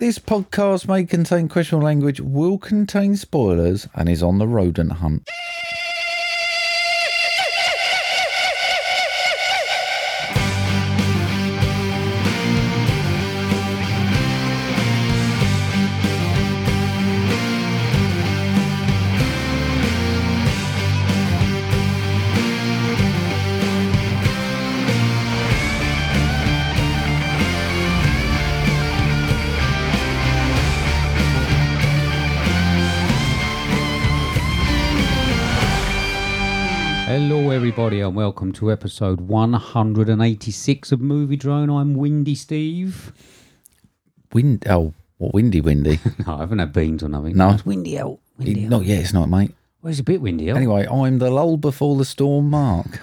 This podcast may contain questionable language, will contain spoilers, and is on the rodent hunt. Hello, everybody, and welcome to episode 186 of Movie Drone. I'm Windy Steve. Wind, oh, what windy, windy. No, I haven't had beans or nothing. No. It's windy out. Windy out. not yet, it's not, mate. Well, it's a bit windy out. Anyway, I'm the lull before the storm, Mark.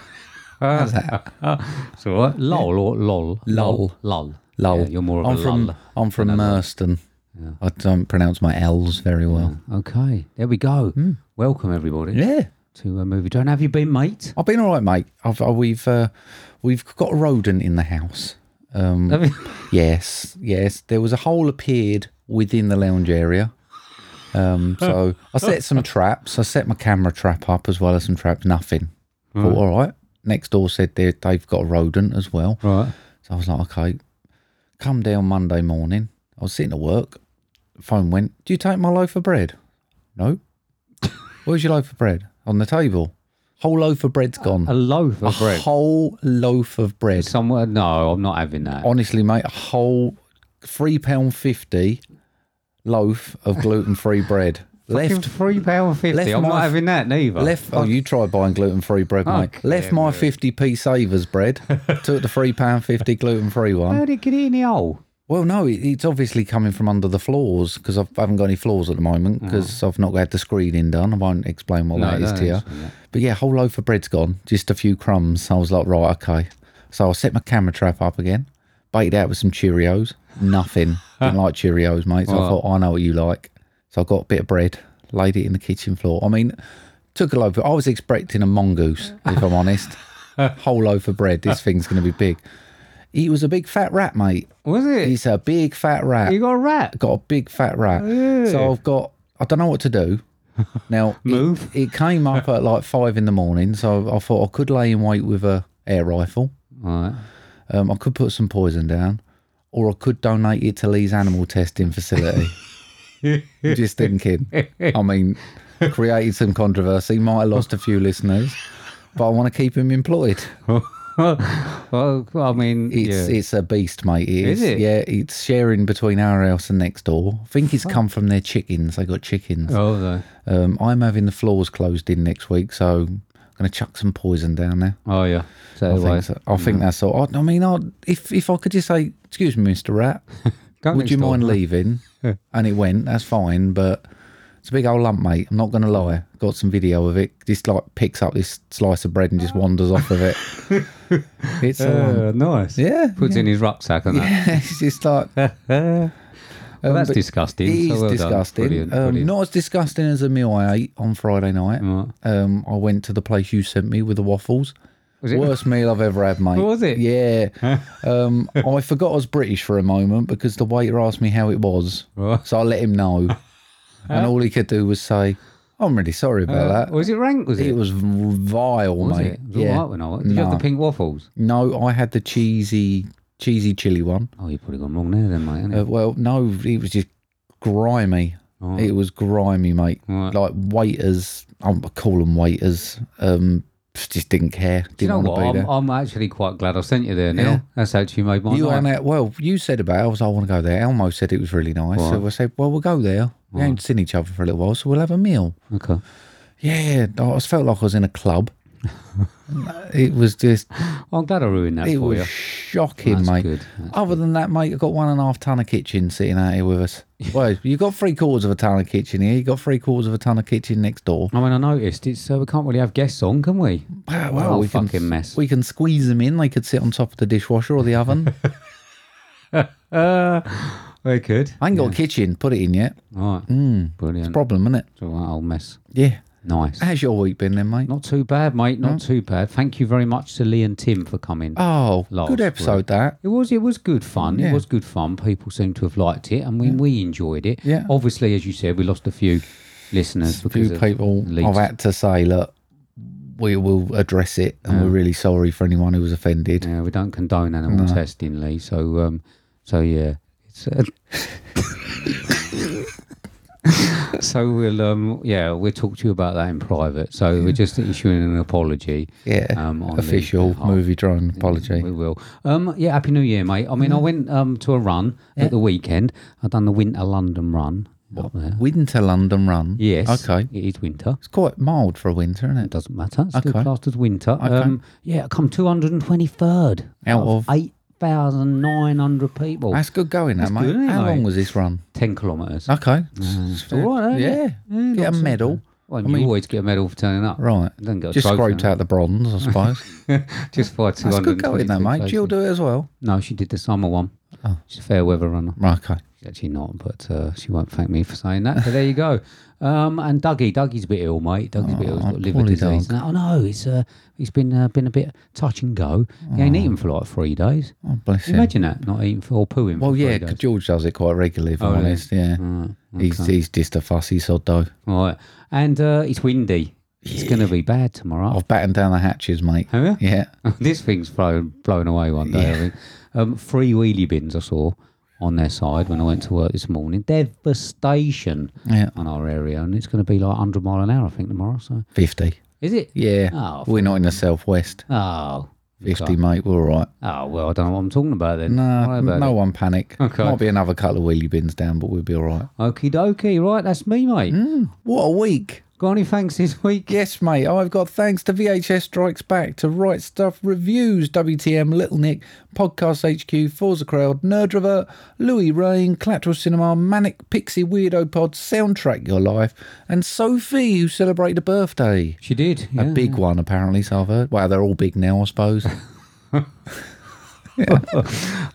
How's that? It's all right. Lol or lol. Lol. Lol. Lull. Yeah, you're more of I'm a from, lull. I'm from Merston. I don't pronounce my L's very well. Okay, there we go. Welcome, everybody, Hmm. Yeah. to uh, Movie Drone. Have you been, mate? I've been all right, mate. I've, uh, we've uh, we've got a rodent in the house. Um, Have you? Yes, yes. There was a hole appeared within the lounge area. Um, so I set some traps. I set my camera trap up as well as some traps. Nothing. Hmm. Thought, all right. Next door said they, they've got a rodent as well. Right. So I was like, okay, come down Monday morning. I was sitting at work. Phone went, do you take my loaf of bread? No. Where's your loaf of bread? On the table. Whole loaf of bread's gone. A loaf of bread. Whole loaf of bread Somewhere? No, I'm not having that. honestly, mate, a whole three pound fifty loaf of gluten free bread left. three pound fifty. left I'm my- not having that neither. Left. Oh, you try buying gluten free bread, mate. Fuck. left my fifty p savers bread. took the three pound fifty gluten free one. How did it get in the hole? Well, no, it, it's obviously coming from under the floors because I haven't got any floors at the moment because I've not had the screening done. I won't explain what Mm. No, that is no, to you. it's- But yeah, whole loaf of bread's gone, just a few crumbs. I was like, right, okay. So I set my camera trap up again, baked out with some Cheerios. Nothing. Didn't like Cheerios, mate. So I thought, I know what you like. So I got a bit of bread, laid it in the kitchen floor. I mean, took a loaf. I was expecting a mongoose, if I'm honest. whole loaf of bread. This thing's going to be big. He was a big fat rat, mate. Was it? He's a big fat rat. You got a rat. I've got a big fat rat. So I've got, I don't know what to do. Now, it- Move. It, came up at like five in the morning. So I thought I could lay in wait with a air rifle. Right. Um, I could put some poison down, or I could donate it to Lee's animal testing facility. Just thinking. I mean, created some controversy, might have lost a few listeners, but I want to keep him employed. well, I mean, It's yeah. it's a beast, mate. It Is is. it? Yeah, it's sharing between our house and next door. I think it's come from their chickens. They got chickens. oh, the, Um, I'm having the floors closed in next week, so I'm going to chuck some poison down there. oh yeah. So, I think, anyway, so. I think that's all. I, I mean, I, if if I could just say, "Excuse me, Mister Rat, go would you next door. mind leaving?" and it went. That's fine, but it's a big old lump, mate. I'm not going to lie. Got some video of it. Just like picks up this slice of bread and just wanders off of it. It's a lump. Uh, nice. yeah. Puts in his rucksack and that. it's just like well, um, that's but disgusting. It is so well done. disgusting. Brilliant, um, brilliant. Mm. Not as disgusting as a meal I ate on Friday night. Right. Um, I went to the place you sent me with the waffles. Was it- Worst meal I've ever had, mate. Was it? Yeah. um, I forgot I was British for a moment because the waiter asked me how it was. Right. So I let him know. and all he could do was say, I'm really sorry about Uh, that. was it rank? Was it? It was vile, was mate. it? It was yeah. all right when I Did you have the No. pink waffles? No, I had the cheesy, cheesy chili one. Oh, you've probably gone wrong there then, mate. Uh, haven't well, no, it was just grimy. Right. It was grimy, mate. Oh. Right. Like waiters, I'm I call them waiters. Um, just didn't care. Didn't Do you know want what? to be I'm, there. I'm actually quite glad I sent you there, Neil. Yeah. That's actually made my you night. and that, well, you said about. it. I was. I want to go there. Elmo said it was really nice. So I said, well, we'll go there. We ain't seen each other for a little while, so we'll have a meal. Okay. Yeah, I was- felt like I was in a club. it was just. I'm glad I ruined that It for was you. shocking, That's mate. good. That's Other than that, mate, you've got one and a half ton of kitchen sitting out here with us. well, you've got three quarters of a ton of kitchen here. You've got three quarters of a ton of kitchen next door. I mean, I noticed it's uh, we can't really have guests on, can we? Well, Oh, we can, fucking mess. We can squeeze them in. They could sit on top of the dishwasher or the oven. Uh, we could. I ain't got a kitchen. Put it in yet. Hmm. All right. Brilliant. Problem, isn't it? It's all right, old mess. Yeah. Nice. How's your week been then, mate? Not too bad, mate. Hmm? Not too bad. Thank you very much to Lee and Tim for coming. Oh, Last good episode that. It was it was good fun. It Yeah. was good fun. People seem to have liked it, and we, we enjoyed it. Yeah. Obviously, as you said, we lost a few listeners A few because of people Leeds. I've had to say, look, we will address it and Mm. we're really sorry for anyone who was offended. Yeah, we don't condone animal testing, Lee. So um, so yeah, it's. Uh, so we'll um yeah we'll talk to you about that in private. So we're just issuing an apology. Yeah. Um, on the Official behalf. movie drone apology. We will. Um, yeah, happy New Year, mate. I mean, I went um to a run at the weekend. I done the Winter London run. up there. Winter London Run. Yes. Okay. It is winter. It's quite mild for a winter, isn't It it? doesn't matter. It's still Okay. classed as winter. Um, yeah, I come 223rd Out of- Ah. 8,900 people. That's good going, that, mate. Oh. good, isn't it, How mate? long was this run? 10 kilometres. Okay. It's all right, ain't yeah. it? Yeah, Get not a so medal. bad. Well, you always get a medal for turning up. Right. I didn't get a Just trophy. scraped out the bronze, I suppose. Just by 200. That's good going, though, mate. She'll Oh. do it as well. No, she did the summer one. She's a fair weather runner. Right, okay. She's actually not, but uh, she won't thank me for saying that. But there you go. Um, and Dougie, Dougie's a bit ill, mate. Dougie's a bit ill. He's got liver poorly disease. No, no, it's uh, he's been uh, been a bit touch and go. He ain't eating for like three days. Oh, bless him. Imagine that, not eating for or pooing. Well, for yeah, three days. George does it quite regularly, if I'm Oh, really? Mm, honest. Yeah. He's, he's just a fussy sod, though. right. And uh, it's windy. It's gonna be bad tomorrow. I've battened down the hatches, mate. Have you? Yeah. this thing's blown blown away one day. I think. Um, free wheelie bins I saw on their side when I went to work this morning. Devastation Yeah. on our area, and it's going to be like 100 mile an hour, I think, tomorrow. So 50. is it? Yeah. Oh, We're not in the southwest. Oh, 50, mate. We're all right. oh well, I don't know what I'm talking about then. Nah, Worry about no one panic. Okay. Might be another couple of wheelie bins down, but we'll be all right. it. Okie dokie, right? That's me, mate. What a week. Got any thanks this week? Yes, mate. I've got thanks to VHS Strikes Back, to Right Stuff Reviews, WTM, Little Nick, Podcast HQ, Forza Crowd, Nerdrovert, Louis Rain, Collateral Cinema, Manic Pixie Weirdo Pod, Soundtrack Your Life, and Sophie, who celebrated a birthday. She did. Yeah. A big one, apparently, so I've heard. Well, they're all big now, I suppose.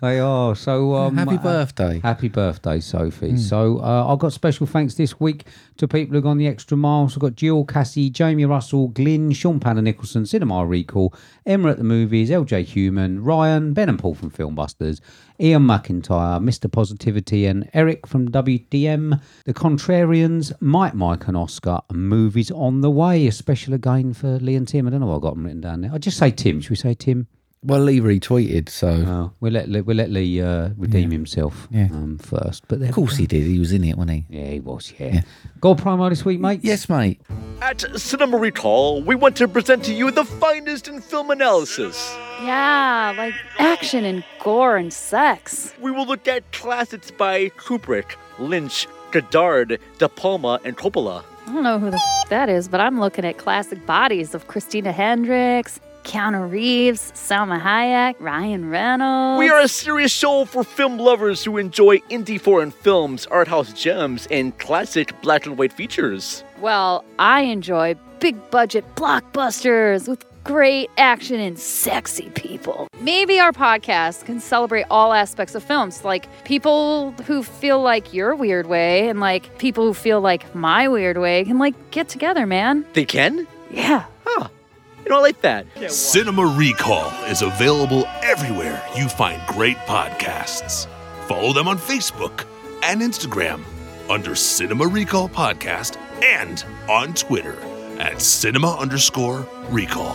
They are. So um, Happy uh, birthday. Happy birthday, Hmm. Sophie. So uh, I've got special thanks this week to people who've gone the extra mile. So I've got Jill, Cassie, Jamie Russell, Glyn, Sean Panner Nicholson, Cinema Recall, Emma at the Movies, LJ Human, Ryan, Ben and Paul from Filmbusters, Ian McIntyre, Mr. Positivity, and Eric from WDM, The Contrarians, Mike, Mike and Oscar, and Movies on the Way. A special again for Lee and Tim. I don't know why I've got them written down there. I just say Tim. Should we say Tim? Well, Lee retweeted, so Uh, we'll let we'll let Lee uh, redeem himself Yeah. um, first, but then of course he did. He was in it, wasn't he? yeah, he was, yeah. Gold promo this week, mate? Yes, mate. At Cinema Recall, we want to present to you the finest in film analysis. Yeah, like action and gore and sex. We will look at classics by Kubrick, Lynch, Godard, De Palma, and Coppola. I don't know who the f- that is, but I'm looking at classic bodies of Christina Hendricks, Keanu Reeves, Salma Hayek, Ryan Reynolds. We are a serious show for film lovers who enjoy indie foreign films, art house gems, and classic black and white features. well, I enjoy big budget blockbusters with great action and sexy people. Maybe our podcast can celebrate all aspects of films, like people who feel like your weird way and like people who feel like my weird way can like get together, man. They can? Yeah. Huh. You know, I like that. Cinema Recall is available everywhere you find great podcasts. Follow them on Facebook and Instagram under Cinema Recall Podcast and on Twitter at cinema underscore recall.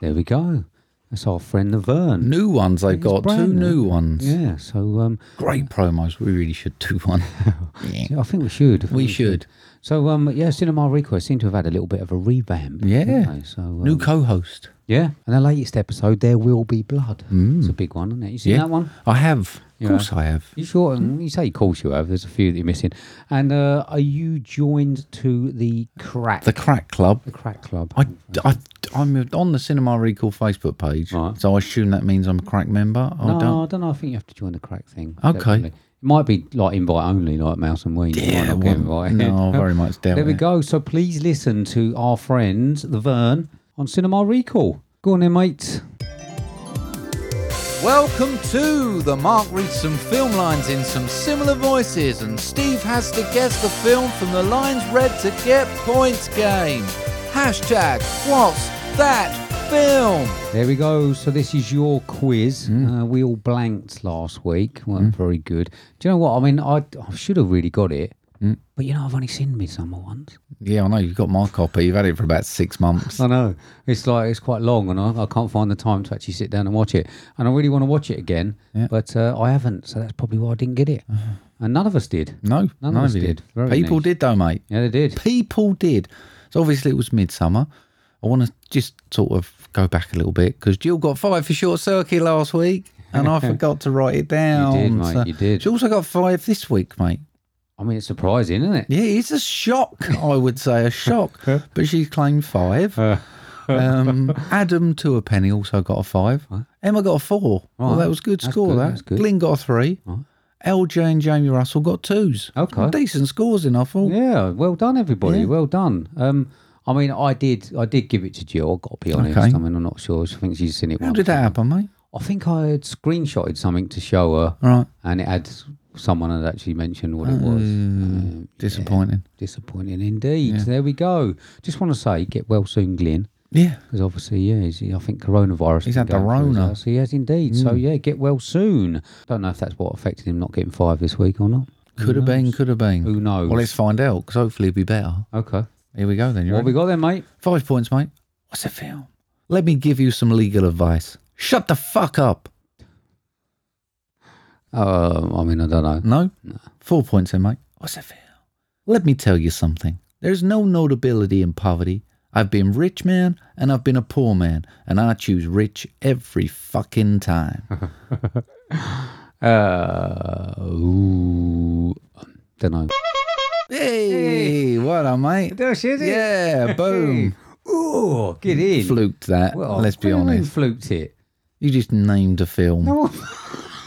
There we go. That's our friend the Vern. New ones they've It's got. Two brand new ones. Yeah, so um, Great promos. We really should do one. yeah, I think we should. I think We should. So um, yeah, Cinema Recoil seem to have had a little bit of a revamp. Yeah. haven't they? So um, New co host. yeah, and the latest episode, there will be blood. Mm. It's a big one, isn't it? You seen that one? I have. Yeah. Of course I have. You sure? Mm, You say, of course you have. There's a few that you're missing. And uh, are you joined to the crack? The Oh, Crack Club. the crack club. I, I, I'm on the Cinema Recall Facebook page, Right. so I assume that means I'm a crack member. I no, Oh, don't. I don't know. I think you have to join the crack thing. Okay. It might be like invite only, like Mouse and Ween. You might not get well, invited. no, I very much doubt There we it. go. So please listen to our friends, the Vern, on Cinema Recall. Go on then, mate. Welcome to the Mark reads some film lines in some similar voices, and Steve has to guess the film from the lines read to get points game. Hashtag what's that film? There we go. So this is your quiz. Hmm. Uh, we all blanked last week. weren't very good. Do you know what? I mean, I, I should have really got it, Hmm. but you know, I've only seen Midsummer once. Yeah, I know. You've got my copy. You've had it for about six months. I know it's like it's quite long, and I, I can't find the time to actually sit down and watch it. And I really want to watch it again, but uh, I haven't. So that's probably why I didn't get it. Uh-huh. And none of us did. No, None of us you did. Very People nice. did though, mate. Yeah, they did. People did. So obviously it was midsummer. I want to just sort of go back a little bit because Jill got five for short circuit last week, and I forgot to write it down. mate, you did. She also got five this week, mate. I mean, it's surprising, isn't it? Yeah, it's a shock. I would say a shock, but she claimed five. Uh. um, Adam to a penny also got a five. Emma got a four. Well, Right. that was good That's score. good, that that's good. Glyn got a three. LJ and Jamie Russell got twos. Okay. decent scores in. I thought. Yeah, well done, everybody. Yeah. Well done. Um, I mean, I did, I did give it to Jill. I've got to be honest. Okay. I mean, I'm not sure. She thinks she's seen it. How once. did that happen, mate? I think I had screenshotted something to show her, Right. and it had someone had actually mentioned what it was. Uh. Um, Disappointing. disappointing indeed. There we go. Just want to say, get well soon, Glenn. Yeah. Because obviously, yeah, he's, I think coronavirus. He's been had the going through his Rona. Mm. house. He has indeed. So yeah, get well soon. Don't know if that's what affected him not getting five this week or not. Could have been, could have been. Who knows? Well, let's find out because hopefully it'll be better. Okay. Here we go then. You What have we ready? got then, mate? Five points, mate. What's the film? Let me give you some legal advice. Shut the fuck up. Uh, I mean, I don't know. No? Four points then, mate. What's the film? Let me tell you something. There's no notability in poverty. I've been rich man and I've been a poor man, and I choose rich every fucking time. Uh, ooh, don't know. hey, what up, mate? Yeah, boom. Ooh, get in. Fluked that. Well, Mm. Let's be what do you mean honest. Fluked it. You just named a film. Oh,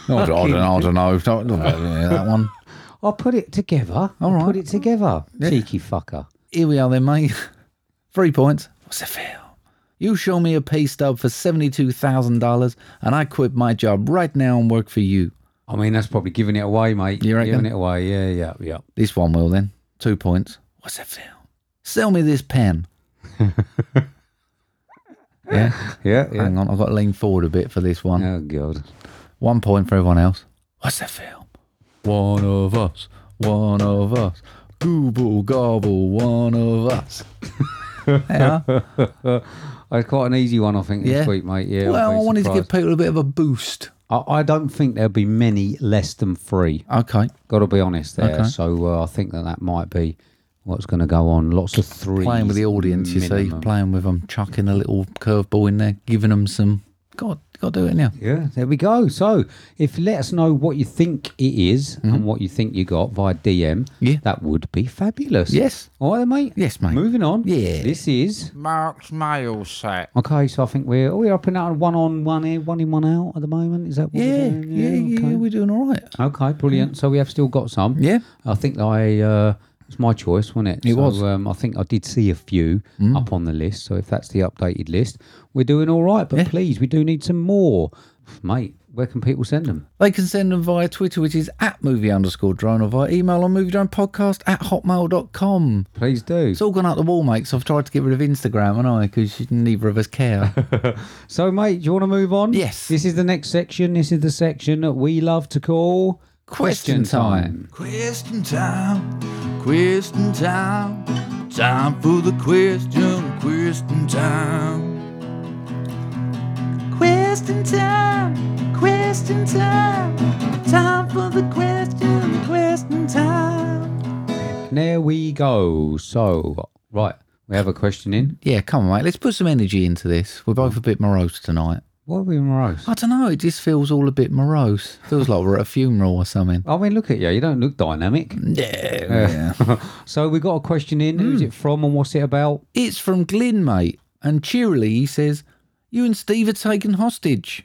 I don't, I don't know. I don't know. Yeah, that one. I put it together. I right. Put it together. Cheeky fucker. Here we are then, mate. Three points. What's the feel? You show me a pay stub for $72,000 and I quit my job right now and work for you. I mean, that's probably giving it away, mate. You reckon? Giving it away. Yeah, yeah, yeah. This one will then. Two points. What's the feel? Sell me this pen. yeah. Yeah, Hang on. I've got to lean forward a bit for this one. Oh god. One point for everyone else. What's the film? One of us. One of us. Google gobble. One of us. yeah. Oh, It's quite an easy one, I think, this Yeah. week, mate. Yeah. well, I'd I be wanted to give surprised. people a bit of a boost. I, I don't think there'll be many less than three. Okay. Got to be honest there. Okay. So uh, I think that that might be what's going to go on. Lots of three. Playing with the audience, you see. Playing with them, chucking a little curveball in there, giving them some. God, got to do it now. Yeah, there we go. So, if you let us know what you think it is and what you think you got via DM, Mhm. Yeah. that would be fabulous. Yes. All right, then, mate. Yes, mate. Moving on. Yeah. This is Mark's mail set. okay. So I think we're we're up and out one on one in, one in, one out at the moment. Is that what Yeah, we're yeah, doing? yeah, okay. we're doing all right. Okay, brilliant. So we have still got some. Mm. Yeah. I think I uh, it's my choice, wasn't it? It so, was. Mm. Um, I think I did see a few up on the list. So if that's the updated list, we're doing all right. But please, we do need some more, mate. Where can people send them? They can send them via Twitter, which is at movie underscore drone, or via email on movie drone podcast at hotmail.com. Please do. It's all gone out the wall, mate, so I've tried to get rid of Instagram, and I, because neither of us care. So, mate, do you want to move on? Yes. This is the next section. This is the section that we love to call Question time. Question time, question time, time for the question, question time. Question time, question time, time for the question, question time. There we go. So, right, we have a question in. Yeah, come on, mate. Let's put some energy into this. We're both a bit morose tonight. What are we morose? I don't know. It just feels all a bit morose. Feels like we're at a funeral or something. I mean, look at you. You don't look dynamic. Yeah. So we got a question in. Who's Hmm. it from and what's it about? It's from Glyn, mate. And cheerily, he says, You and Steve are taken hostage.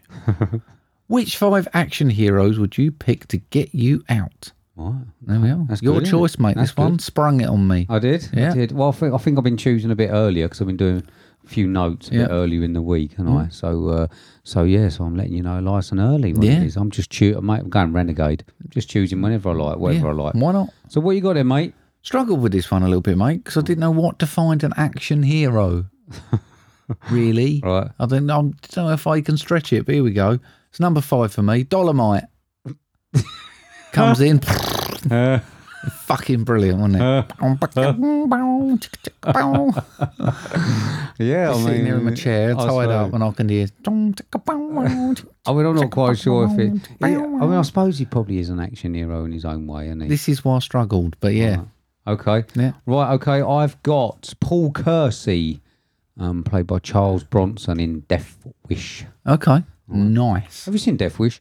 Which five action heroes would you pick to get you out? Right. There we are. That's Your good, isn't choice, it? mate. That's this one good. sprung it on me. I did. Yeah. I did. Well, I think, I think I've been choosing a bit earlier because I've been doing few notes a Yeah. Hmm. bit earlier in the week, and I so uh, so yeah, so I'm letting you know nice and early. What Yeah. it is. I'm just choosing. Mate, I'm going renegade. I'm just choosing whenever I like, whatever I like. Why not? So what you got there, mate? Struggled with this one a little bit, mate, because I didn't know what to find an action hero. really? Right. I don't, know- I don't know if I can stretch it, but here we go. It's number five for me. Dolomite comes in. Uh. Fucking brilliant, wasn't it? Yeah, I'm sitting there in my chair, tied up, and I can hear. I mean, I'm not quite sure if it. I mean, I suppose he probably is an action hero in his own way, isn't he? This is why I struggled, but yeah. Okay. Yeah. Right. Okay. I've got Paul Kersey, um, played by Charles Bronson in Death Wish. Okay. Nice. Have you seen Death Wish?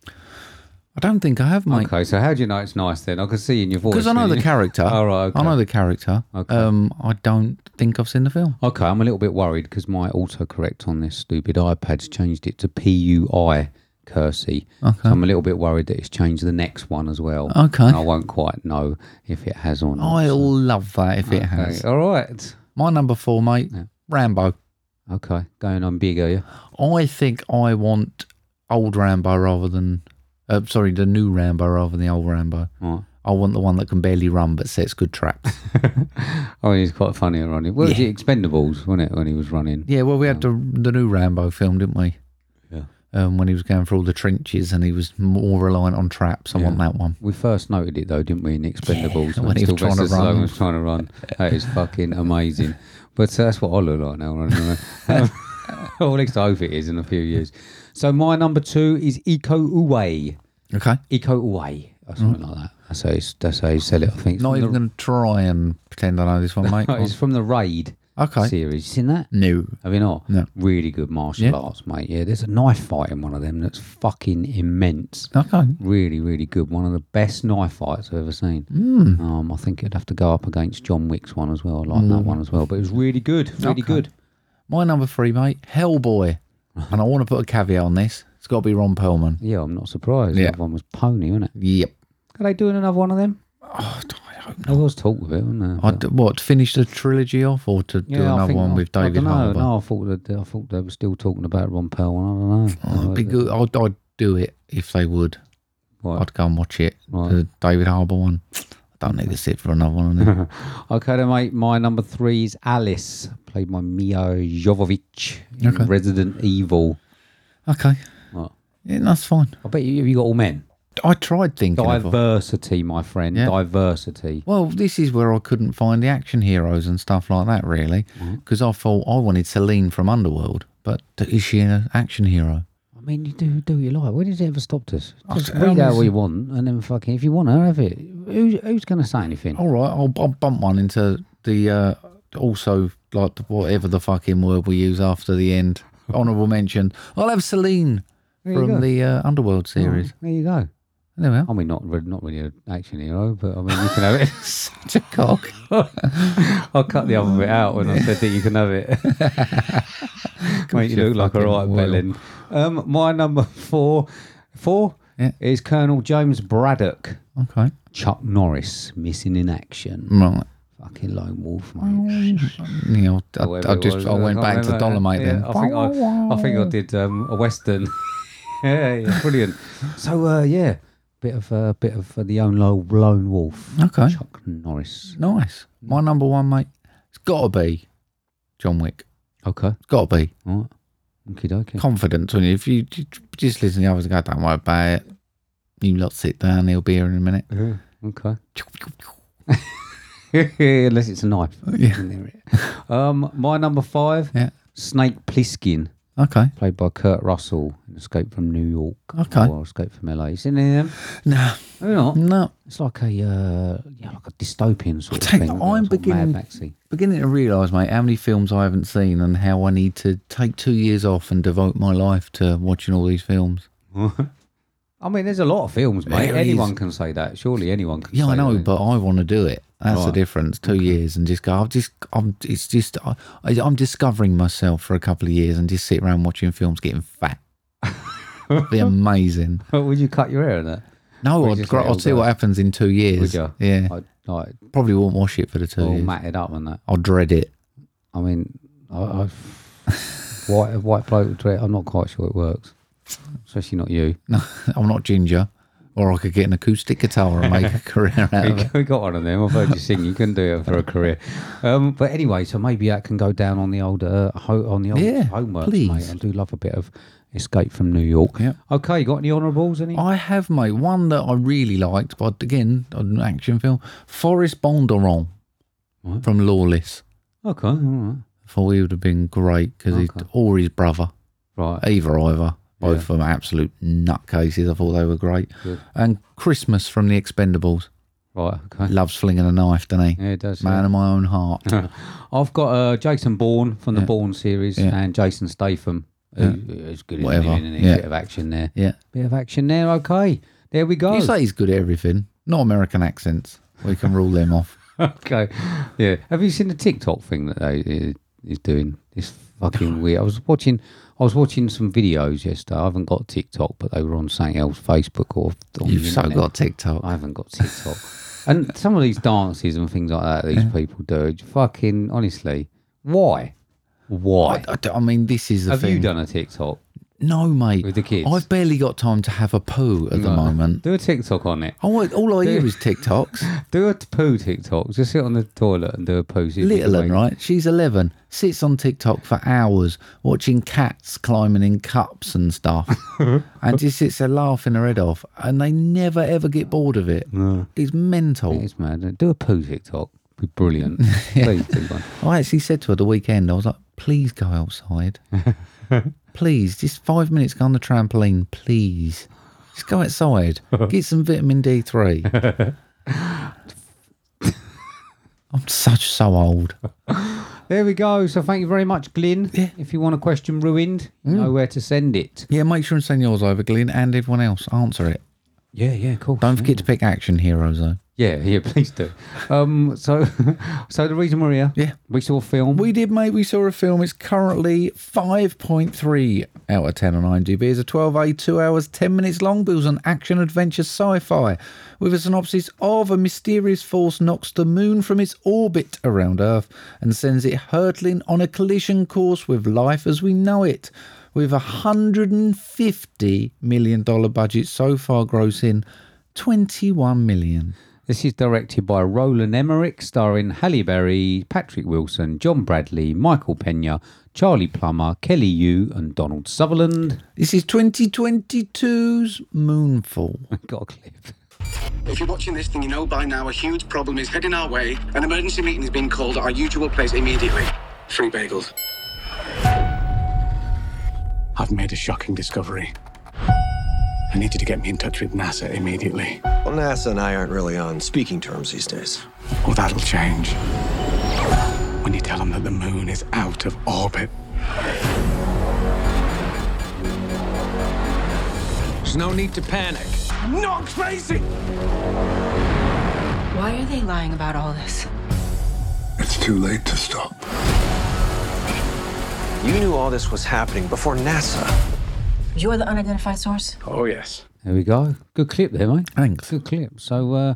I don't think I have, mate. Okay. So how do you know it's nice then? I can see in your voice. Because I know can the you? character. All right. Okay. I know the character. Okay. Um, I don't think I've seen the film. Okay, I'm a little bit worried because my autocorrect on this stupid iPad's changed it to PUI Kersey. So I'm a little bit worried that it's changed the next one as well. Okay. And I won't quite know if it has or not. I'll so- love that if it Okay, has. All right. My number four, mate, Rambo. Okay, going on big, are you? I think I want old Rambo rather than, uh, sorry, the new Rambo rather than the old Rambo. Right. I want the one that can barely run but sets good traps. Oh, he's quite funny running. Well, it was the Expendables, wasn't it, when he was running? yeah, well, we had the, the new Rambo film, didn't we? Yeah. Um, when he was going for all the trenches and he was more reliant on traps. I want that one. We first noted it though, didn't we, in Expendables? when he was trying to Sylvester run. Stallone was trying to run. That is fucking amazing. But uh, that's what I look like now. Running around. well, at least I hope it is in a few years. So my number two is Eco Uwe. Okay. Eco Uwe. Or something like that. That's how, you, that's how you sell it, I think. Hmm. It's Not from even the, going to try and pretend I know this one, mate. it's from the Raid Okay. series. You seen that? No. Have you not? No. Really good martial Yeah. arts, mate. Yeah, there's a knife fight in one of them that's fucking immense. Okay. Really, really good. One of the best knife fights I've ever seen. Mm. Hmm. Um, I think it'd have to go up against John Wick's one as well. I like Hmm. that one as well. But it was really good. Really good. My number three, mate, Hellboy. and I want to put a caveat on this. It's got to be Ron Perlman. Yeah, I'm not surprised. Yeah. That one was Pony, wasn't it? Yep. Oh, Are they doing another one of them? There was talk with it, wasn't there? I But- d what to finish the trilogy off, or to do I another think- one I- with I David dunno. Harbour? No, I thought that I thought they were still talking about Ron Perlman. I don't know. Oh, It'd be good. I'd, I'd do it if they would. Right. I'd go and watch it. Right. The David Harbour one. I don't need to sit for another one. innit? Okay, then, mate. My number three is Alice, played by Mia Jovovich in Okay. Resident Evil. okay. Right. Yeah, that's fine. I bet you have you got all men. I tried thinking. Of, Diversity, my friend. Yeah. Diversity. well, this is where I couldn't find the action heroes and stuff like that, really, Mm-hmm. because I thought I wanted Celine from Underworld, but is she an action hero? I mean, you do do what you like. When has it ever stopped us? Just I- read out honestly- what you want, and then fucking if you want her, have it. Who's who's going to say anything? All right, I'll, I'll bump one into the uh, also like the- whatever the fucking word we use after the end. Honorable mention. I'll have Celine you go. from the uh, Underworld series. There you go. There we are. I mean, not re- not really an action hero, but I mean, you can have it. Such a cock. I cut the other Mm. bit out when I said that you can have it. Mate, you your look like a fucking right will. melon. Um, my number four, four Yeah. is Colonel James Braddock. Okay. Chuck Norris missing in action. Right. Fucking lone wolf, mate. You know, I, Oh, I Or whatever it just was. I went can't back to remember. uh, Dolomite Yeah, then. I think I, I think I did um, a western. yeah, yeah, brilliant. So uh, yeah, bit of uh, bit of uh, the own lone lone wolf. Okay. Chuck Norris. Nice. My number one, mate. It's got to be John Wick. Okay. It's got to be All right. Okie dokie. confidence. When you, if you j- j- just listen to the others and go, don't worry about it. You lot sit down. He'll be here in a minute. Okay. Unless it's a knife. Um, my number five, Yeah. Snake Plissken, Okay. played by Kurt Russell in Escape from New York. Okay. Mm. Or Escape from LA. You seen any of them? Nah. Have you not? No. It's like a uh, yeah, like a dystopian sort of Take- thing. I'm Sort of beginning- Mad Maxi. beginning to realise, mate, how many films I haven't seen and how I need to take two years off and devote my life to watching all these films. I mean, there's a lot of films, mate. There anyone is. can say that. Surely anyone can. Yeah, say I know, that. but I want to do it. That's the Right. difference. Two years and just go. I've just, I'm, it's just, I, I- I'm discovering myself for a couple of years and just sit around watching films, getting fat. be amazing. would you cut your hair in that? No, Or I'd, just gr- let it all I'll see go. what happens in two Would years. you? Yeah, Like, like Oh, probably won't wash it for the two all years. matted up and that. I'll dread it. I mean, I, I White, a white bloke would do it. I'm not quite sure it works. Especially not you. I'm not ginger, or I could get an acoustic guitar and make a career out of it. we got one of them. I've heard you sing. You can do it for a career. Um, but anyway, so maybe that can go down on the old uh, ho- on the old Yeah, homework, mate. please. I do love a bit of Escape from New York. Yep. Okay, you got any honourables? Any? I have, mate, one that I really liked, but again, an action film Forrest Bondurant from Lawless. Okay, all right. thought he would have been great because he's or his brother, Right. either either. Both of them absolute nutcases. I thought they were great. Good. And Christmas from The Expendables Right. Okay. loves flinging a knife, doesn't he? Yeah, it does. Man yeah. of my own heart. I've got uh, Jason Bourne from the Bourne series and Jason Statham, who is good Whatever, in doing it. yeah. Bit of action there. yeah. Bit of action there. Okay. There we go. You say he's good at everything, not American accents. We can rule them off. okay. Yeah. Have you seen the TikTok thing that they uh, is doing? It's fucking weird. I was watching. I was watching some videos yesterday. I haven't got TikTok, but they were on something else, Facebook or. On the You've so internet. got TikTok. I haven't got TikTok. and some of these dances and things like that these people do, it's fucking honestly, why? Why? I, I mean, this is the Have thing. you done a TikTok? No, mate. With the kids? I've barely got time to have a poo at the Right. moment. Do a TikTok on it. Oh, wait, all I Do- hear is TikToks. Do a poo TikTok. Just sit on the toilet and do a poo. see if you can Little un, make- right? She's 11, sits on TikTok for hours watching cats climbing in cups and stuff, and just sits there laughing her head off. And they never ever get bored of it. It's mental. It's mad. Do a poo TikTok. Be brilliant. Please do one. I actually said to her the weekend, I was like, please go outside. please, just five minutes, go on the trampoline, please. Just go outside. Get some vitamin D3. I'm such so old. There we go. So thank you very much, Glyn. If you want a question ruined, you know where to send it. Yeah, make sure and send yours over, Glenn, and everyone else. Answer it. Yeah, yeah, cool. Don't forget to pick action heroes, though. Yeah, yeah, please do. Um, so, so the reason we're here, Yeah. we saw a film. We did, mate. We saw a film. It's currently 5.3 out of 10 on IMDb. It's a 12A, 2 hours, 10 minutes long, but it was an action adventure sci fi with a synopsis of a mysterious force knocks the moon from its orbit around Earth and sends it hurtling on a collision course with life as we know it. With a $150 million budget so far, grossing 21 million. This is directed by Roland Emmerich, starring Halle Berry, Patrick Wilson, John Bradley, Michael Pena, Charlie Plummer, Kelly Yu, and Donald Sutherland. This is 2022's Moonfall. Got a clip. If you're watching this, then you know by now a huge problem is heading our way. An emergency meeting is being called at our usual place immediately. Free bagels. I've made a shocking discovery. I need you to get me in touch with NASA immediately. Well, NASA and I aren't really on speaking terms these days. Or that'll change. When you tell them that the moon is out of orbit. There's no need to panic. Not crazy! Why are they lying about all this? It's too late to stop. You knew all this was happening before NASA. You're the unidentified source? Oh, yes. There we go. Good clip there, mate. Thanks. Good clip. So uh,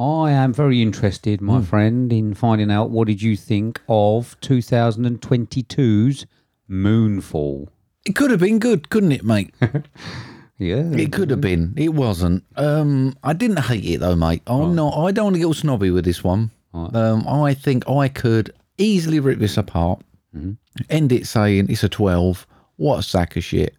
I am very interested, my friend, in finding out what did you think of 2022's Moonfall. It could have been good, couldn't it, mate? Yeah. It could have been. It wasn't. Um, I didn't hate it though, mate. I'm not. I don't want to get all snobby with this one. Um, I think I could easily rip this apart, Mm-hmm. end it saying it's a twelve. What a sack of shit.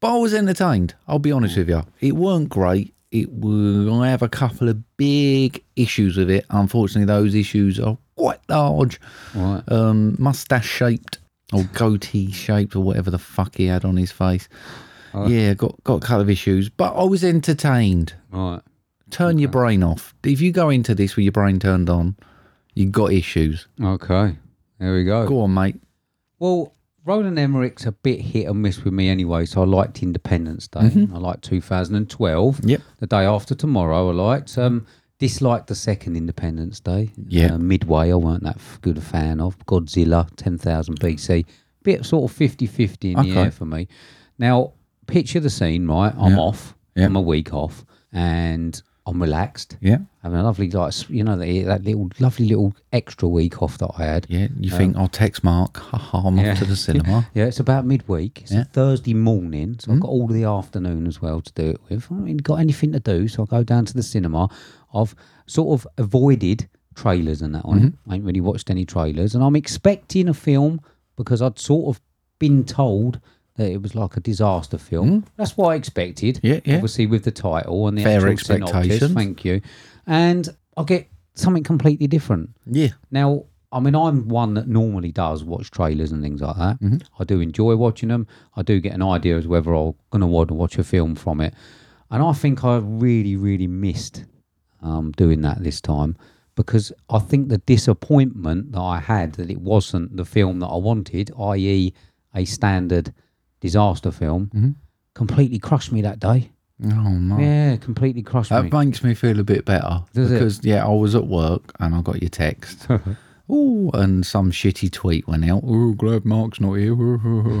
But I was entertained. I'll be honest with you. It weren't great. It were, I have a couple of big issues with it. Unfortunately, those issues are quite large. Right. Um, mustache shaped or goatee shaped or whatever the fuck he had on his face. Yeah, got got a couple of issues, but I was entertained. Right. Turn your brain off. If you go into this with your brain turned on, you got issues. Okay. There we go. Go on, mate. Well, Roland Emmerich's a bit hit and miss with me anyway, so I liked Independence Day. I liked 2012. Mm-hmm. Yep. The day after tomorrow, I liked. Um, disliked the second Independence Day. Yeah. Uh, Midway, I weren't that f- good a fan of. Godzilla, 10,000 BC. Bit sort of 50 50 in the Okay. air for me. Now, picture the scene, right? I'm off. Yeah. I'm a week off. And I'm relaxed. Yeah. Having a lovely, like, s- you know, that, that little, lovely little extra week off that I had. Yeah, you think I'll text Mark? Ha ha, I'm Uh. Yeah. off to the cinema. Yeah, it's about midweek. It's Yeah. Hmm? a Thursday morning, so I've got all the afternoon as well to do it with. I haven't got anything to do, so I go down to the cinema. I've sort of avoided trailers and that on it. Mm-hmm. I ain't really watched any trailers, and I'm expecting a film because I'd sort of been told that it was like a disaster film. That's what I expected. Hmm? Yeah, yeah. Obviously, with the title and the Fair actual synopsis. expectations. Thank you. And I get something completely different. Yeah. Now, I mean, I'm one that normally does watch trailers and things like that. I do enjoy watching them. I do get an idea as whether I'm going to want to watch a film from it. And I think I really, really missed um, doing that this time because I think the disappointment that I had that it wasn't the film that I wanted, i.e., a standard disaster film, completely crushed me that day. Oh no. Yeah, completely crushed me. That makes me feel a bit better Does it? Uh-huh. because yeah, I was at work and I got your text. Ooh, and some shitty tweet went out. Ooh, glad Mark's not here.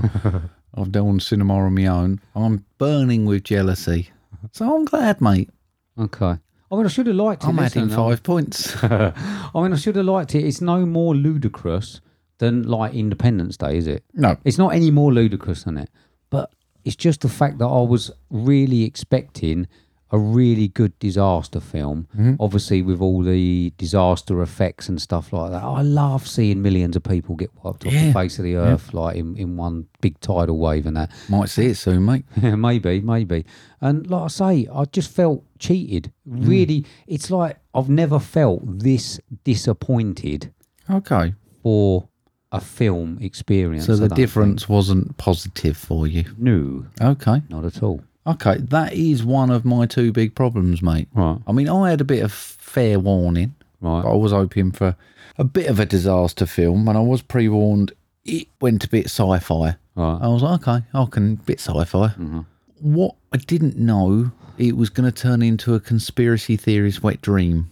I've done cinema on my own. I'm burning with jealousy. So I'm glad, mate. Okay. I mean, I should have liked it. I'm listen, adding I- five points. I mean, I should have liked it. It's no more ludicrous than like Independence Day, is it? No. It's not any more ludicrous than it. But it's just the fact that I was really expecting a really good disaster film. Mm-hmm. Obviously, with all the disaster effects and stuff like that. I love seeing millions of people get wiped off the Yeah. face of the earth, like in, in one big tidal wave and that. Might see it soon, mate. Yeah, maybe, maybe. And like I say, I just felt cheated. Really, it's like I've never felt this disappointed Okay. for a film experience. So I the don't difference wasn't positive for you. think. No, Okay. not at all. Okay. That is one of my two big problems, mate. Right, I mean, I had a bit of fair warning. right. But I was hoping for a bit of a disaster film, and I was pre warned it went a bit sci fi. Right. I was like, okay, I can bit sci fi. What I didn't know, it was going to turn into a conspiracy theorist wet dream.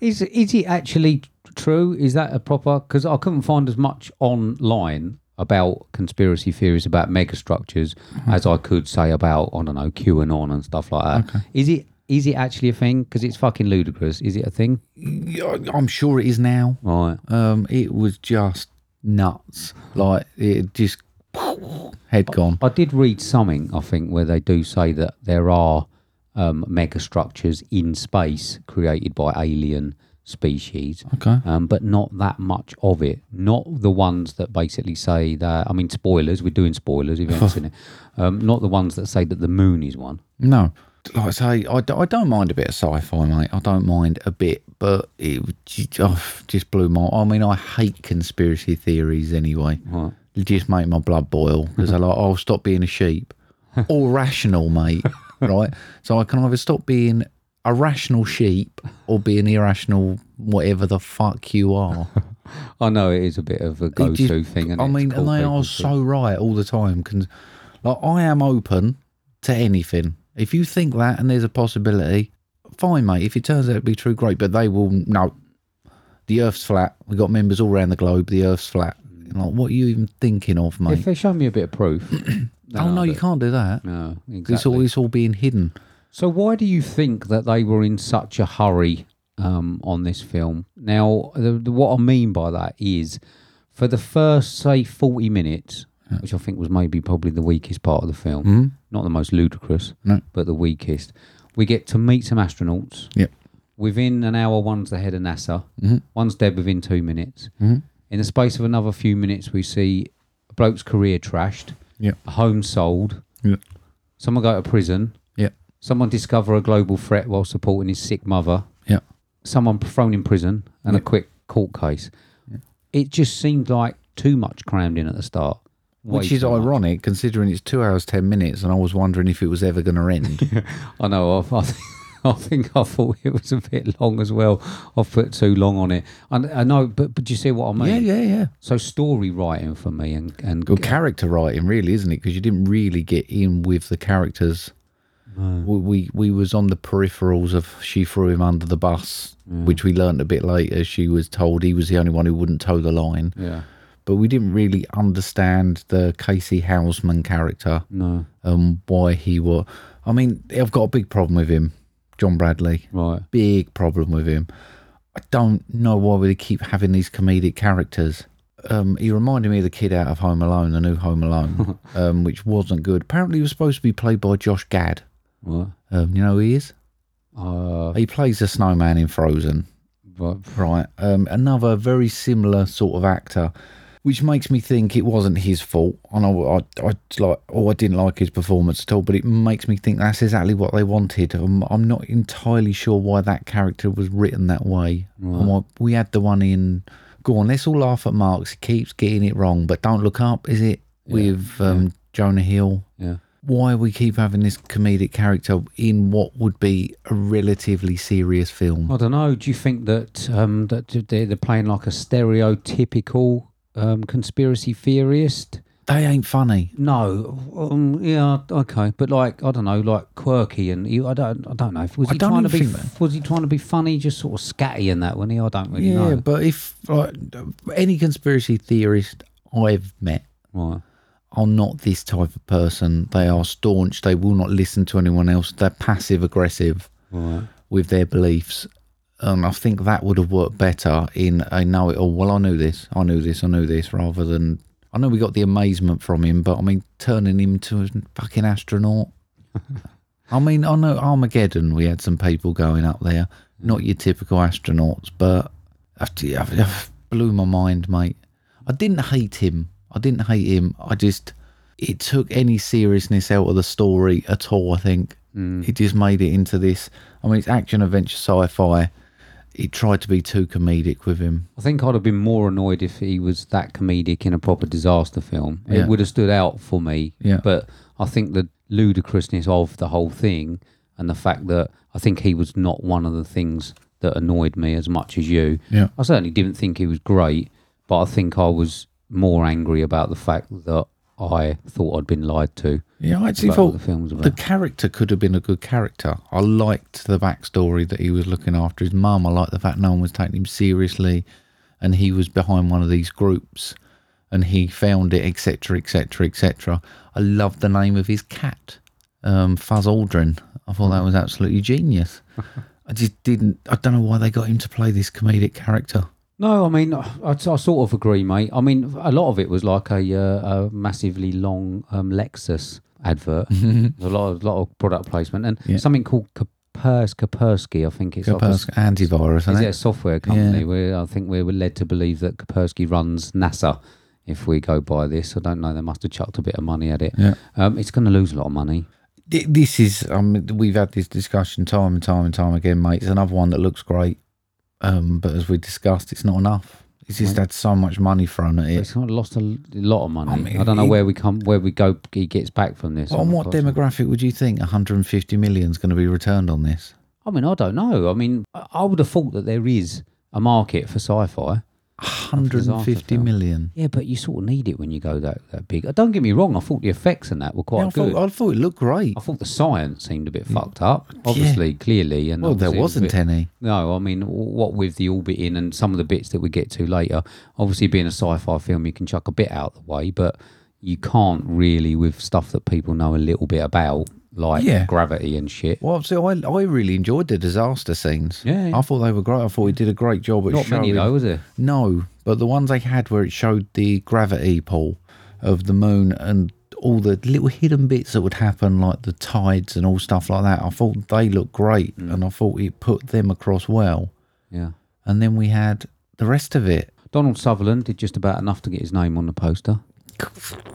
Is is it actually true? Is that a proper? Because I couldn't find as much online about conspiracy theories about megastructures as I could say about I don't know QAnon and stuff like that. Is it is it actually a thing? Because it's fucking ludicrous. Is it a thing? Yeah, I'm sure it is now. Right. Um, it was just nuts. Like, it just head gone. I did read something, I think, where they do say that there are um, megastructures in space created by alien species, Okay. um, but not that much of it. Not the ones that basically say that, I mean, spoilers, we're doing spoilers if you haven't seen it. Um, not the ones that say that the moon is one. No. Like I say, I, d- I don't mind a bit of sci fi, mate. I don't mind a bit, but it would ju- oh, just blew my. I mean, I hate conspiracy theories anyway. Right. It just make my blood boil because they're like, oh, stop being a sheep. Or rational, mate. right? So I can either stop being a rational sheep or be an irrational whatever the fuck you are. I know it is a bit of a It go just- to thing. And I mean, and they are so right all the time. Can, like, I am open to anything. If you think that and there's a possibility, fine, mate. If it turns out to be true, great. But they will no. The Earth's flat. We got members all around the globe. The Earth's flat. Like, what are you even thinking of, If mate? they show me a bit of proof. oh no, you can't do that. No, exactly. It's all it's all being hidden. So, why do you think that they were in such a hurry um, on this film? Now, the, the, what I mean by that is for the first, say, 40 minutes, which I think was maybe probably the weakest part of the film, not the most ludicrous, Mm-hmm. No. but the weakest, we get to meet some astronauts. Yep. Mm-hmm. Within an hour, one's the head of NASA, one's dead within two minutes. In the space of another few minutes, we see a bloke's career trashed, Yep. a home sold, Yep. someone go to prison. Yep. Someone discover a global threat while supporting his sick mother. Yep. Someone thrown in prison and a quick court case. It just seemed like too much crammed in at the start. Way Which is too much. ironic considering it's two hours ten minutes, and I was wondering if it was ever going to end. I know. I've, I, think, I think I thought it was a bit long as well. I've put too long on it. I, I know, but but do you see what I mean? yeah, yeah, yeah. So story writing for me and and Well, character writing, really, isn't it? Because you didn't really get in with the characters. We, we we was on the peripherals of she threw him under the bus, which we learnt a bit later. She was told he was the only one who wouldn't toe the line, yeah, but we didn't really understand the Casey Houseman character no, and why he was. I mean, I've got a big problem with him John Bradley. Right. Big problem with him. I don't know why we keep having these comedic characters. Um, he reminded me of the kid out of Home Alone, the new Home Alone, um, which wasn't good. Apparently, he was supposed to be played by Josh Gad. Right. Um, you know who he is? Uh, He plays the snowman in Frozen. but Right. Um, another very similar sort of actor, which makes me think it wasn't his fault. I know I, I like, oh, I didn't like his performance at all, but it makes me think that's exactly what they wanted. I'm, I'm not entirely sure why that character was written that way. And why we had the one in. Go on, let's all laugh at Marks. He keeps getting it wrong, but don't look up. Is it with um, Jonah Hill? yeah. Why we keep having this comedic character in what would be a relatively serious film? I don't know. Do you think that um, that they- they're playing like a stereotypical um, conspiracy theorist? They ain't funny. No, um, yeah, okay, but like I don't know, like quirky and you, I don't, I don't know. Was I he don't trying to be? even f- think Was he trying to be funny, just sort of scatty in that? When he, I don't really Yeah, know. but if like, any conspiracy theorist I've met Right. are not this type of person, they are staunch. They will not listen to anyone else. They're passive aggressive with their beliefs. And I think that would have worked better in a know it all. Well, I knew this, I knew this, I knew this, rather than I know we got the amazement from him, but I mean, turning him to a fucking astronaut. I mean, I know Armageddon, we had some people going up there, not your typical astronauts, but I, I, I blew my mind, mate. I didn't hate him. I didn't hate him. I just, it took any seriousness out of the story at all, I think. It just made it into this. I mean, it's action, adventure, sci fi. It tried to be too comedic with him. I think I'd have been more annoyed if he was that comedic in a proper disaster film. Yeah. It would have stood out for me. Yeah. But I think the ludicrousness of the whole thing and the fact that I think he was not one of the things that annoyed me as much as you. Yeah. I certainly didn't think he was great, but I think I was more angry about the fact that I thought I'd been lied to. Yeah, I actually About what thought the film's about. the character could have been a good character. I liked the backstory that he was looking after his mum. I liked the fact no one was taking him seriously, and he was behind one of these groups, and he found it, etc., etc., etc. I loved the name of his cat, um, Fuzz Aldrin. I thought that was absolutely genius. I just didn't. I don't know why they got him to play this comedic character. No, I mean, I, I sort of agree, mate. I mean, a lot of it was like a, uh, a massively long um, Lexus advert. a lot of lot of product placement and Yeah. something called Kapers, Kapersky, I think it's. like a s- Kaspersky, antivirus, isn't is it it? a software company? Yeah. Where I think we were led to believe that Kapersky runs NASA. If we go by this, I don't know. They must have chucked a bit of money at it. Yeah. Um, it's going to lose a lot of money. Th- this is um we've had this discussion time and time and time again mate it's another one that looks great um but as we discussed it's not enough it's just had so much money thrown at it It's kind of lost a l- lot of money. I, mean, don't know it- where we come, where we go. He gets back from this. on what Unfortunately. demographic would you think 150 million is going to be returned on this I mean, I don't know. I mean, I I would have thought that there is a market for sci-fi. 150 film. million Yeah, but you sort of need it when you go that, that big. Uh, Don't get me wrong. I thought the effects and that were Yeah, quite I, good. thought, I thought it looked great I thought the science seemed a bit fucked up, obviously, clearly. And Mm. well there obviously it was a wasn't bit- any No, I mean, w- what with the orbiting and some of the bits that we get to later. Obviously, being a sci-fi film, you can chuck a bit out the way, but you can't really with stuff that people know a little bit about, like Yeah. gravity and shit. well, see, I, I really enjoyed the disaster scenes. Yeah, yeah. I thought they were great. I thought we did a great job at Not many showing- though, was there? No, but the ones they had where it showed the gravity pull of the moon and all the little hidden bits that would happen, like the tides and all stuff like that. I thought they looked great, and I thought it put them across well. Yeah. And then we had the rest of it. Donald Sutherland did just about enough to get his name on the poster.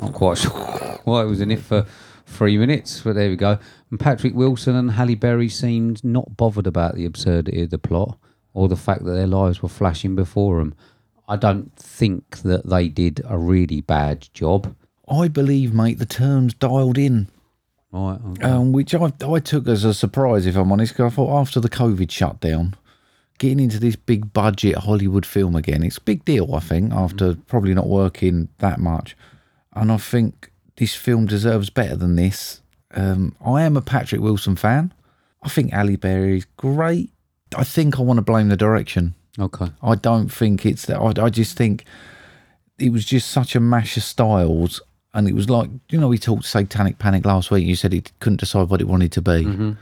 Not quite sure why it was in it for three minutes, but there we go. And Patrick Wilson and Halle Berry seemed not bothered about the absurdity of the plot or the fact that their lives were flashing before them. I don't think that they did a really bad job. I believe, mate, the terms dialed in, Right. okay. um, which I, I took as a surprise, if I'm honest, 'cause I thought after the COVID shutdown, getting into this big budget Hollywood film again, it's a big deal, I think, after probably not working that much. And I think this film deserves better than this. Um, I am a Patrick Wilson fan. I think Ali Berry is great. I think I want to blame the direction. Okay. I don't think it's that. I, I just think it was just such a mash of styles. And it was like, you know, we talked Satanic Panic last week. You said it couldn't decide what it wanted to be.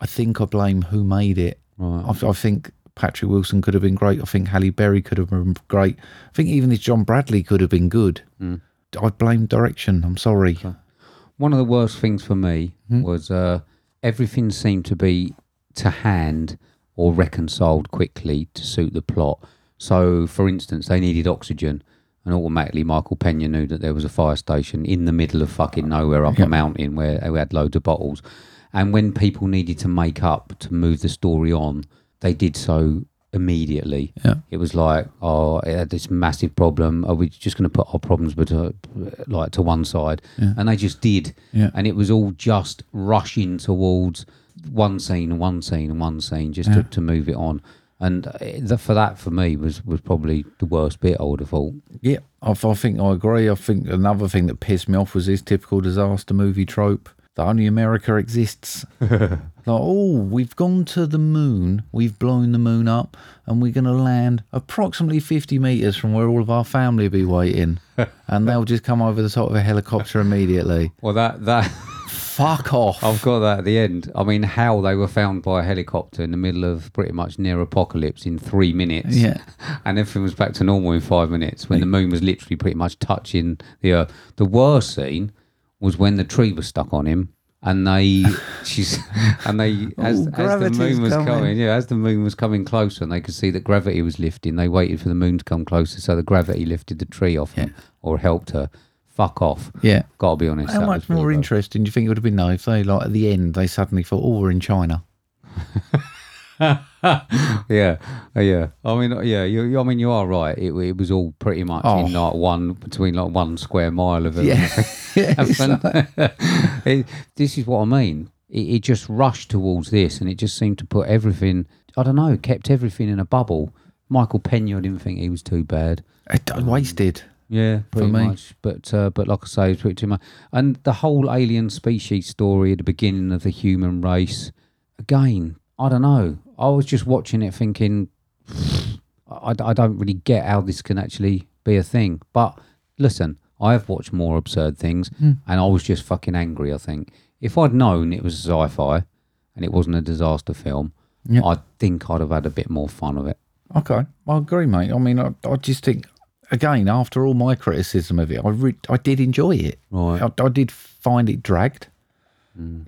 I think I blame who made it. Right. I, I think Patrick Wilson could have been great. I think Halle Berry could have been great. I think even this John Bradley could have been good. I blame direction. I'm sorry. One of the worst things for me was uh, everything seemed to be to hand or reconciled quickly to suit the plot. So, for instance, they needed oxygen, and automatically Michael Pena knew that there was a fire station in the middle of fucking nowhere up a mountain where they had loads of bottles. And when people needed to make up to move the story on, they did so immediately. Yeah. It was like, oh, it had this massive problem. Are we just going to put our problems but uh, like to one side? And they just did. Yeah. And it was all just rushing towards one scene and one scene and one scene just to, to move it on. And uh, the, for that, for me, was, was probably the worst bit. I would have thought. Yeah, I, I think I agree. I think another thing that pissed me off was this typical disaster movie trope that only America exists. like, oh, we've gone to the moon, we've blown the moon up, and we're going to land approximately 50 metres from where all of our family be waiting. and they'll just come over the top of a helicopter immediately. Well, that that Fuck off. I've got that at the end. I mean, how they were found by a helicopter in the middle of pretty much near apocalypse in three minutes. Yeah. And everything was back to normal in five minutes when the moon was literally pretty much touching the earth. The worst scene was when the tree was stuck on him. And they, she's, and they, Ooh, as, as the gravity's moon was coming. coming. yeah, as the moon was coming closer, and they could see that gravity was lifting. They waited for the moon to come closer, so the gravity lifted the tree off him or helped her. Fuck off. Yeah. gotta be honest. How that much was really more bad. interesting do you think it would have been though if they, like, at the end, they suddenly thought, oh, we're in China? yeah, uh, yeah. I mean, uh, yeah. You, you, I mean, you are right. It, it was all pretty much Oh. in like one between like one square mile of it. it this is what I mean. It, it just rushed towards this, and it just seemed to put everything. I don't know. Kept everything in a bubble. Michael Pena, I didn't think he was too bad. It- wasted. Yeah, pretty me. much. But uh, but like I say, it's a bit too much. And the whole alien species story at the beginning of the human race, again, I don't know. I was just watching it thinking, I, I don't really get how this can actually be a thing. But listen, I have watched more absurd things, and I was just fucking angry. I think if I'd known it was sci-fi and it wasn't a disaster film, I think I'd have had a bit more fun of it. Okay, I agree, mate. I mean, I, I just think, again, after all my criticism of it, I re- I did enjoy it. Right. I, I did find it dragged.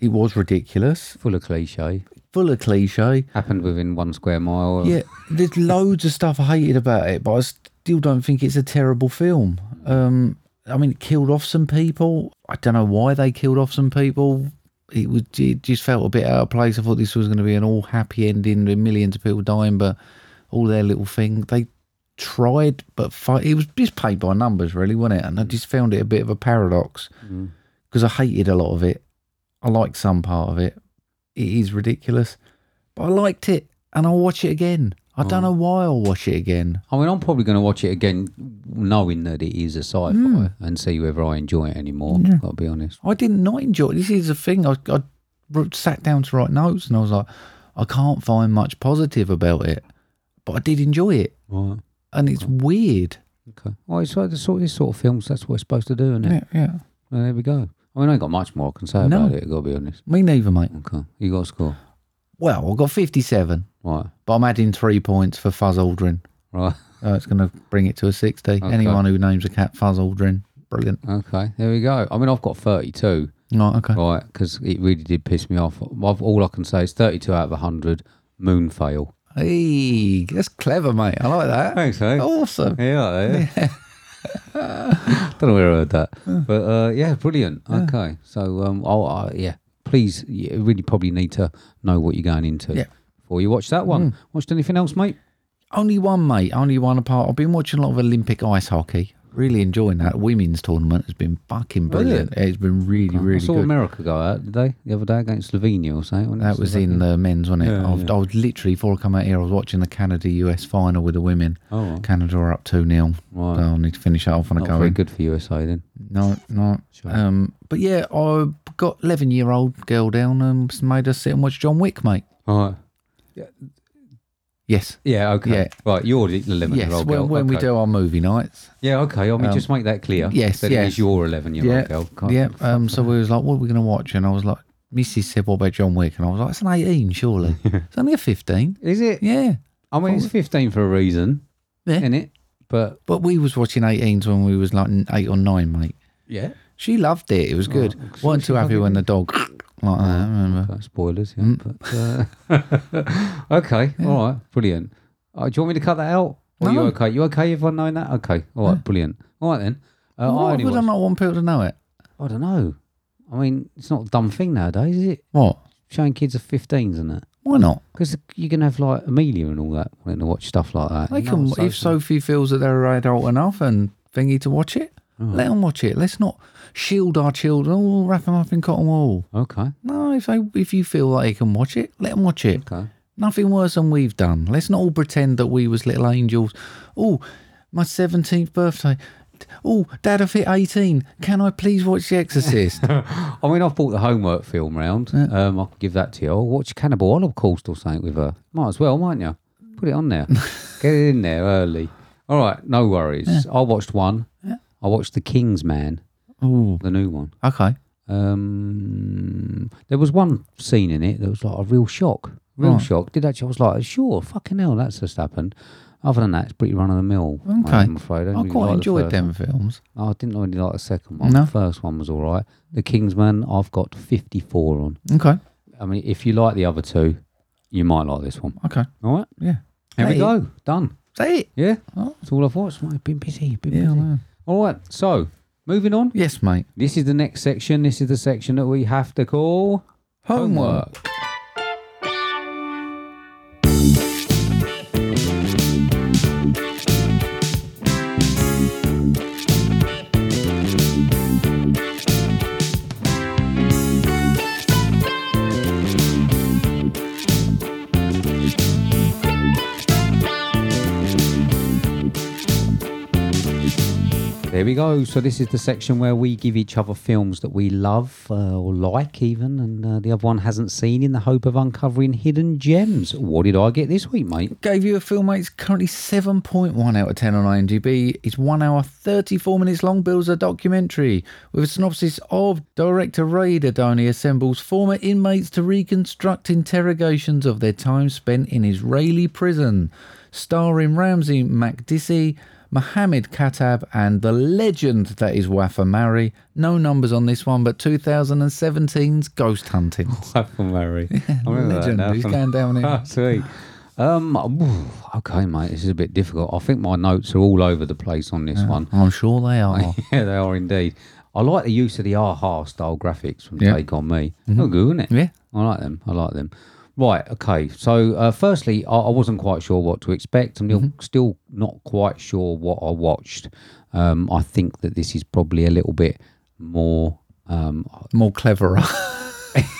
It was ridiculous, Full of cliche, full of cliche. happened within one square mile. Yeah, there's loads of stuff I hated about it, but I still don't think it's a terrible film. Um, I mean, it killed off some people. I don't know why they killed off some people. It was it just felt a bit out of place. I thought this was going to be an all happy ending with millions of people dying, but all their little thing they tried, but fi- it was just paid by numbers, really, wasn't it? And I just found it a bit of a paradox because I hated a lot of it. I liked some part of it. It is ridiculous, but I liked it, and I'll watch it again. I don't know why I'll watch it again. I mean, I'm probably going to watch it again, knowing that it is a sci-fi, Hmm. and see whether I enjoy it anymore. Got to be honest. I did not enjoy. This is the thing. I, I wrote- sat down to write notes, and I was like, I can't find much positive about it, but I did enjoy it, Right. and it's weird. Okay. Well, it's like the sort this sort of films. That's what it's supposed to do, isn't it? Yeah, yeah. Well, there we go. I mean, I ain't got much more I can say No. about it. Got to be honest. Me neither, mate. Okay. You got a score. Well, I got fifty-seven, Right. but I'm adding three points for Fuzz Aldrin. Right. Uh, it's going to bring it to a sixty. Anyone who names a cat Fuzz Aldrin, brilliant. Okay. There we go. I mean, I've got 32. Right, okay. Right, because it really did piss me off. I've, all I can say is 32 out of 100. Moon fail. Hey, that's clever, mate. I like that. Thanks, eh? Awesome. Yeah, yeah. Don't know where I heard that, but uh, yeah, brilliant. Okay, so um, I'll, I, yeah, please, you really probably need to know what you're going into Yeah. Mm. before you watch that one. Watched anything else, mate? Only one, mate. Only one apart. I've been watching a lot of Olympic ice hockey. Really enjoying that. Women's tournament has been fucking brilliant. It's been really, I really saw good. America go out did they the other day against Slovenia or something. wasn't it? that was in the men's, wasn't it? I, was, I was literally before I come out here, I was watching the Canada US final with the women. Oh, right. Canada are up two 0 Right. So I need to finish that off when not I go very in. good for USA then. No, no. Um, but yeah, I got eleven year old girl down and made her sit and watch John Wick, mate. All right. Yes. Yeah. Okay. Yeah. Right. You're the 11 Yes, year old when, girl. when we Okay. do our movie nights. Yeah. Okay. I mean, just make that clear. yes, That it yes. uh, is your 11 year old girl. Can't- yeah. Um, so we was like, what are we going to watch? And I was like, Mrs. said, What about John Wick? And I was like, It's an 18, surely. it's only a 15. Is it? Yeah. I mean, it's 15 for a reason, Yeah. isn't it? But But we was watching 18s when we was like n- eight or nine, mate. yeah, She loved it. It Oh, was good. Weren't too happy when the dog like that, I remember. uh, spoilers. Yeah, Mm. but uh, okay, all right, brilliant. Uh, do you want me to cut that out? Or Are you No. okay? You okay? Everyone knowing that? Okay, all right, brilliant. All right then. Uh, I, Why only would I watched- not want people to know it? I don't know. I mean, it's not a dumb thing nowadays, is it? What? Showing kids of 15s and that. Why not? Because you can have like Amelia and all that wanting to watch stuff like that. They Uh, No, can, so- if Sophie feels that they're adult enough and thingy to watch it, Oh. let them watch it. Let's not shield our children. Oh, we'll wrap them up in cotton wool. Okay. No, if they, if you feel like they can watch it, let them watch it. Okay. Nothing worse than we've done. Let's not all pretend that we was little angels. Oh, my seventeenth birthday. Oh, Dad, I've hit eighteen. Can I please watch The Exorcist? I mean, I've brought the homework film round. Um, I can give that to you. I'll watch Cannibal Holocaust or something with her. Might as well, mightn't you? Put it on there. Get it in there early. All right, no worries. I watched one. I watched The King's Man, oh, the new one. okay. Um, there was one scene in it that was like a real shock. Real shock. Did actually, I was like, sure, fucking hell, that's just happened. Other than that, it's pretty run of the mill. Okay. I'm afraid. I don't really quite like the enjoyed first them films. Oh, I didn't really like the second one. No? The first one was all right. The Kingsman, I've got 54 on. Okay, I mean, if you like the other two, you might like this one. okay, All right. yeah. There we Hey. go. Done. That's it. Yeah. Oh. That's all I've watched. mate. been busy. Been Yeah, I busy. know. All right. So, moving on. Yes, mate. This is the next section. This is the section that we have to call homework. There we go. So this is the section where we give each other films that we love uh, or like, even, and uh, the other one hasn't seen, in the hope of uncovering hidden gems. What did I get this week, mate? Gave you a film, mate. It's currently 7.1 out of 10 on IMDb. It's one hour, 34 minutes long, builds a documentary with a synopsis of director Ray Dadoni assembles former inmates to reconstruct interrogations of their time spent in Israeli prison. Starring Ramsey MacDissey, Mohammed Katab, and the legend that is Wafa Mari. No numbers on this one, but 2017's Ghost Hunting. Waffle Murray. I remember Oh, that legend. now He's from going down here. last week. Ah, Um, okay, mate, this is a bit difficult. I think my notes are all over the place on this one. I'm sure they are. yeah, they are indeed. I like the use of the aha style graphics from Take On Me. They're good, isn't it? Yeah. I like them. I like them. Right. Okay. So, uh, firstly, I, I wasn't quite sure what to expect. I'm still- still not quite sure what I watched. Um, I think that this is probably a little bit more. Um, More cleverer.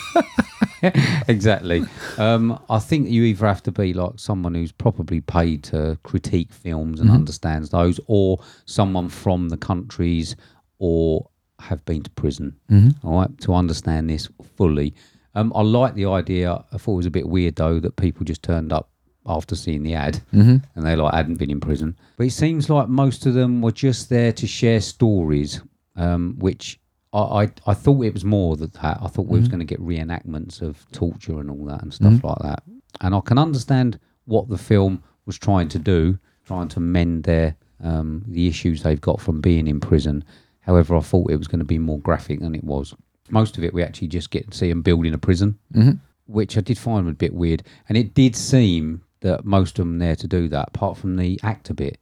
exactly. Um, I think you either have to be like someone who's probably paid to critique films and understands those, or someone from the countries, or have been to prison. all right, to understand this fully. Um, I like the idea. I thought it was a bit weird though that people just turned up after seeing the ad and they like hadn't been in prison. But it seems like most of them were just there to share stories, um, which I, I I thought it was more than that. I thought we was going to get reenactments of torture and all that and stuff like that. And I can understand what the film was trying to do, trying to mend their um, the issues they've got from being in prison. However, I thought it was going to be more graphic than it was. Most of it, we actually just get to see them building a prison, which I did find a bit weird. And it did seem that most of them there to do that, apart from the actor bit,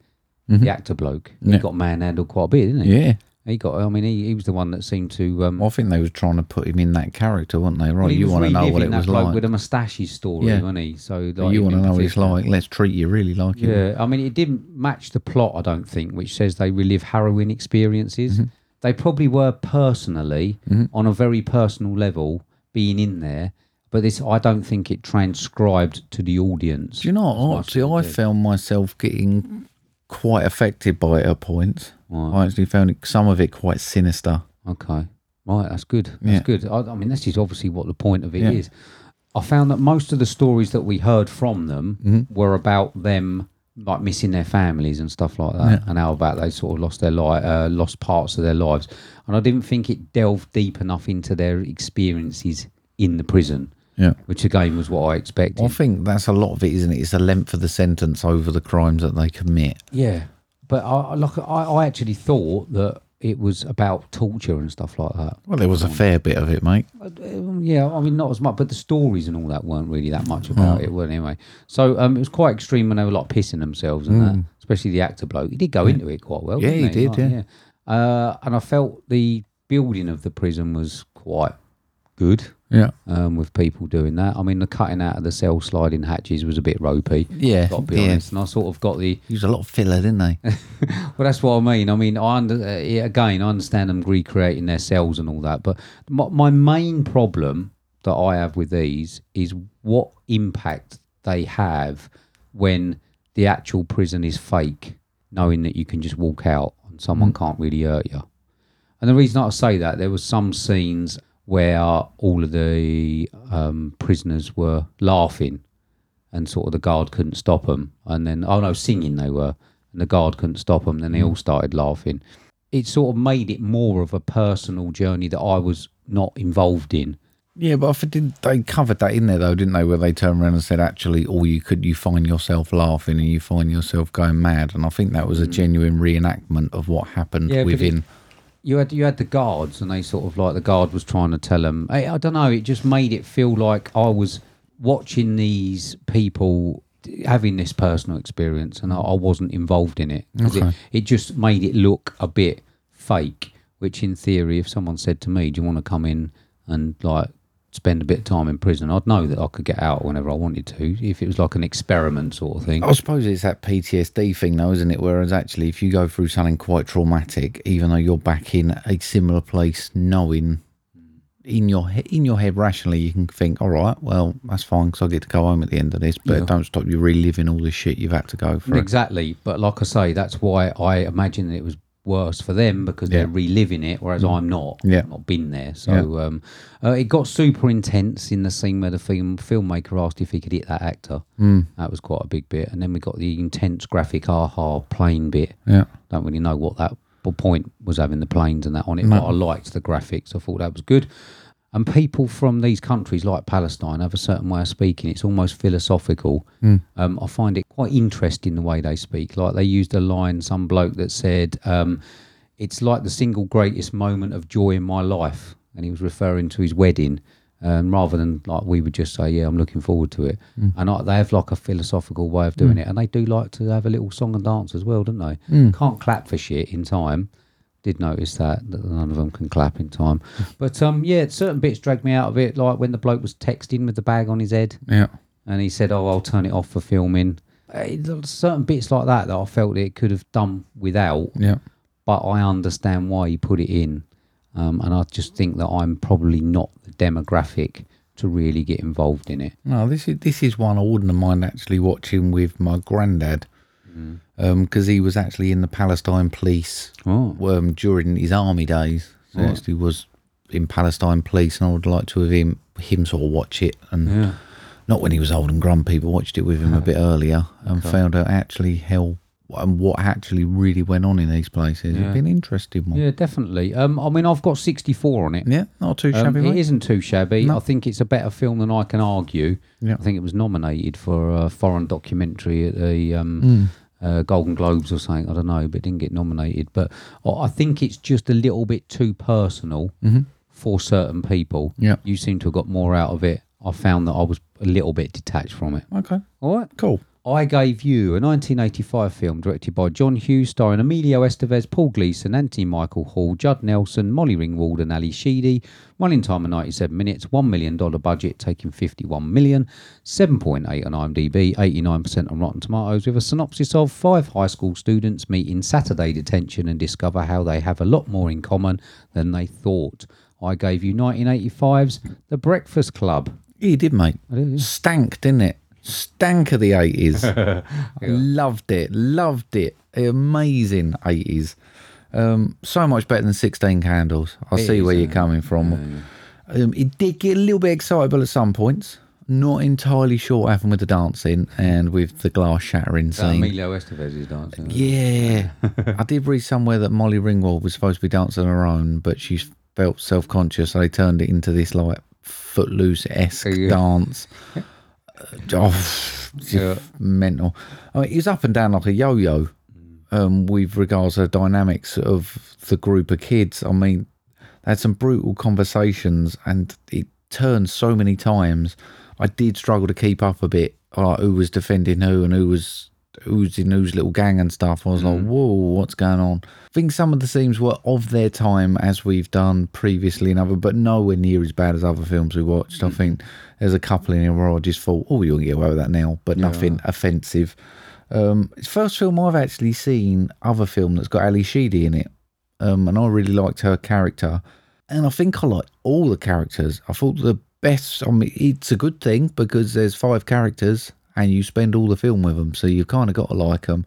the actor bloke. He got manhandled quite a bit, didn't he? Mm-hmm. yeah. He got. I mean, he, he was the one that seemed to. Um, Well, I think they was trying to put him in that character, weren't they? Right, well, he you was want to know what reliving it that was bloke like. with a moustache story, Yeah. wasn't he? So like, you him want to in know what it's particular. like. Let's treat you really like it. Yeah, I mean, it didn't match the plot, I don't think, which says they relive harrowing experiences. Mm-hmm. They probably were personally, on a very personal level, being in there, but this, I don't think it transcribed to the audience. Do you know what? as much as Actually, I it did. found myself getting quite affected by it at points. I actually found it, some of it quite sinister. Okay. Right, that's good. That's Yeah. good. I, I mean, this is obviously what the point of it is. Yeah. I found that most of the stories that we heard from them were about them like missing their families and stuff like that, and how about they sort of lost their life, uh, lost parts of their lives, and I didn't think it delved deep enough into their experiences in the prison. Yeah. Which again was what I expected. I think that's a lot of it, isn't it? It's the length of the sentence over the crimes that they commit. Yeah, but I like I, I actually thought that it was about torture and stuff like that. Well, there was a fair bit of it, mate. Um, yeah, I mean not as much, but the stories and all that weren't really that much about it, were they, anyway. So um, it was quite extreme when they were like pissing themselves and that, especially the actor bloke. He did go into it quite well. Mm. Yeah, he didn't did, Like, yeah. Uh, and I felt the building of the prison was quite good. Yeah. Um, with people doing that, I mean the cutting out of the cell sliding hatches was a bit ropey. Yeah, got to be yeah. honest. And I sort of got the Used a lot of filler, didn't they? well, that's what I mean. I mean, I under, uh, yeah, again, I understand them recreating their cells and all that, but my, my main problem that I have with these is what impact they have when the actual prison is fake, knowing that you can just walk out and someone can't really hurt you. And the reason I say that, there was some scenes where all of the um, prisoners were laughing and sort of the guard couldn't stop them. And then, oh no, singing they were, and the guard couldn't stop them. Then they all started laughing. It sort of made it more of a personal journey that I was not involved in. Yeah, but I think did- they covered that in there though, didn't they? Where they turned around and said, actually, all you could you find yourself laughing and you find yourself going mad, and I think that was a genuine reenactment of what happened Yeah, but it- within. You had you had the guards, and they sort of like the guard was trying to tell them. I, I don't know. It just made it feel like I was watching these people d- having this personal experience, and I, I wasn't involved in it. 'Cause It, it just made it look a bit fake. Which, in theory, if someone said to me, "Do you want to come in and like spend a bit of time in prison?" I'd know that I could get out whenever I wanted to. If it was like an experiment sort of thing. I suppose it's that PTSD thing though, isn't it? Whereas actually, if you go through something quite traumatic, even though you're back in a similar place, knowing in your he- in your head rationally, you can think, all right, well, that's fine because I get to go home at the end of this, but it don't stop you reliving all the shit you've had to go through. Exactly, but like I say, that's why I imagine that it was worse for them because they're reliving it, whereas I'm not. Mm. Yeah. I've not been there. So um, uh, it got super intense in the scene where the film filmmaker asked if he could hit that actor. Mm. That was quite a big bit, and then we got the intense graphic aha plane bit. Yeah. Don't really know what that p- point was having the planes and that on it, but I liked the graphics. I thought that was good. And people from these countries, like Palestine, have a certain way of speaking. It's almost philosophical. Um, I find it quite interesting the way they speak. Like they used a line, some bloke that said, um, "It's like the single greatest moment of joy in my life," and he was referring to his wedding. Um, rather than like we would just say, "Yeah, I'm looking forward to it," and I, they have like a philosophical way of doing it, and they do like to have a little song and dance as well, don't they? Can't clap for shit in time, did notice that, that none of them can clap in time. But um, yeah, certain bits dragged me out of it, like when the bloke was texting with the bag on his head, Yeah. and he said, "Oh, I'll turn it off for filming." Uh, there were certain bits like that that I felt it could have done without, Yeah. but I understand why you put it in, um, and I just think that I'm probably not the demographic to really get involved in it. No, this is this is one I wouldn't mind actually watching with my granddad, because he was actually in the Palestine police Oh, um, during his army days. So he actually was in Palestine police, and I would like to have him him sort of watch it, and not when he was old and grumpy, but watched it with him a bit earlier and found out actually how and what actually really went on in these places. It'd be an interesting one. Yeah, yeah, definitely. Um, I mean, I've got 64 on it. not too Um, shabby. it mate. isn't too shabby. I think it's a better film than I can argue. Yeah. I think it was nominated for a foreign documentary at the um, Hmm. uh, Golden Globes or something. I don't know, but it didn't get nominated. But I I think it's just a little bit too personal for certain people. Mm-hmm. Yeah. You seem to have got more out of it. I found that I was a little bit detached from it. Okay, All right. cool. I Gave You, a 1985 film directed by John Hughes, starring Emilio Estevez, Paul Gleason, Anthony Michael Hall, Judd Nelson, Molly Ringwald, and Ali Sheedy. Running time of 97 minutes, $1 million budget, taking 51 million, 7.8 on IMDb, 89% on Rotten Tomatoes, with a synopsis of five high school students meet in Saturday detention and discover how they have a lot more in common than they thought. I Gave You 1985's The Breakfast Club. Yeah, you did, mate. Stank, didn't it? Stank of the eighties. Loved it. Loved it. Amazing eighties. Um, so much better than Sixteen Candles. I see where you're coming from. Um, it did get a little bit excitable at some points. Not entirely sure what happened with the dancing and with the glass shattering That scene. Emilio Estevez is dancing. Yeah. I did read somewhere that Molly Ringwald was supposed to be dancing on her own, but she felt self conscious. They turned it into this like footloose esque Yeah. dance. Oh, Yeah. mental. I mean, he's up and down like a yo yo um, with regards to the dynamics of the group of kids. I mean, they had some brutal conversations and it turned so many times. I did struggle to keep up a bit, like who was defending who and who was who's in whose little gang and stuff. I was like, whoa, what's going on? I think some of the themes were of their time as we've done previously and other, but nowhere near as bad as other films we watched. I think there's a couple in here where I just thought, oh, you'll get away with that now, but nothing offensive. Um, it's the first film I've actually seen other film that's got Ali Sheedy in it, um, and I really liked her character. And I think I liked all the characters. I thought the best. I mean, it's a good thing because there's five characters, and you spend all the film with them, so you've kind of got to like them.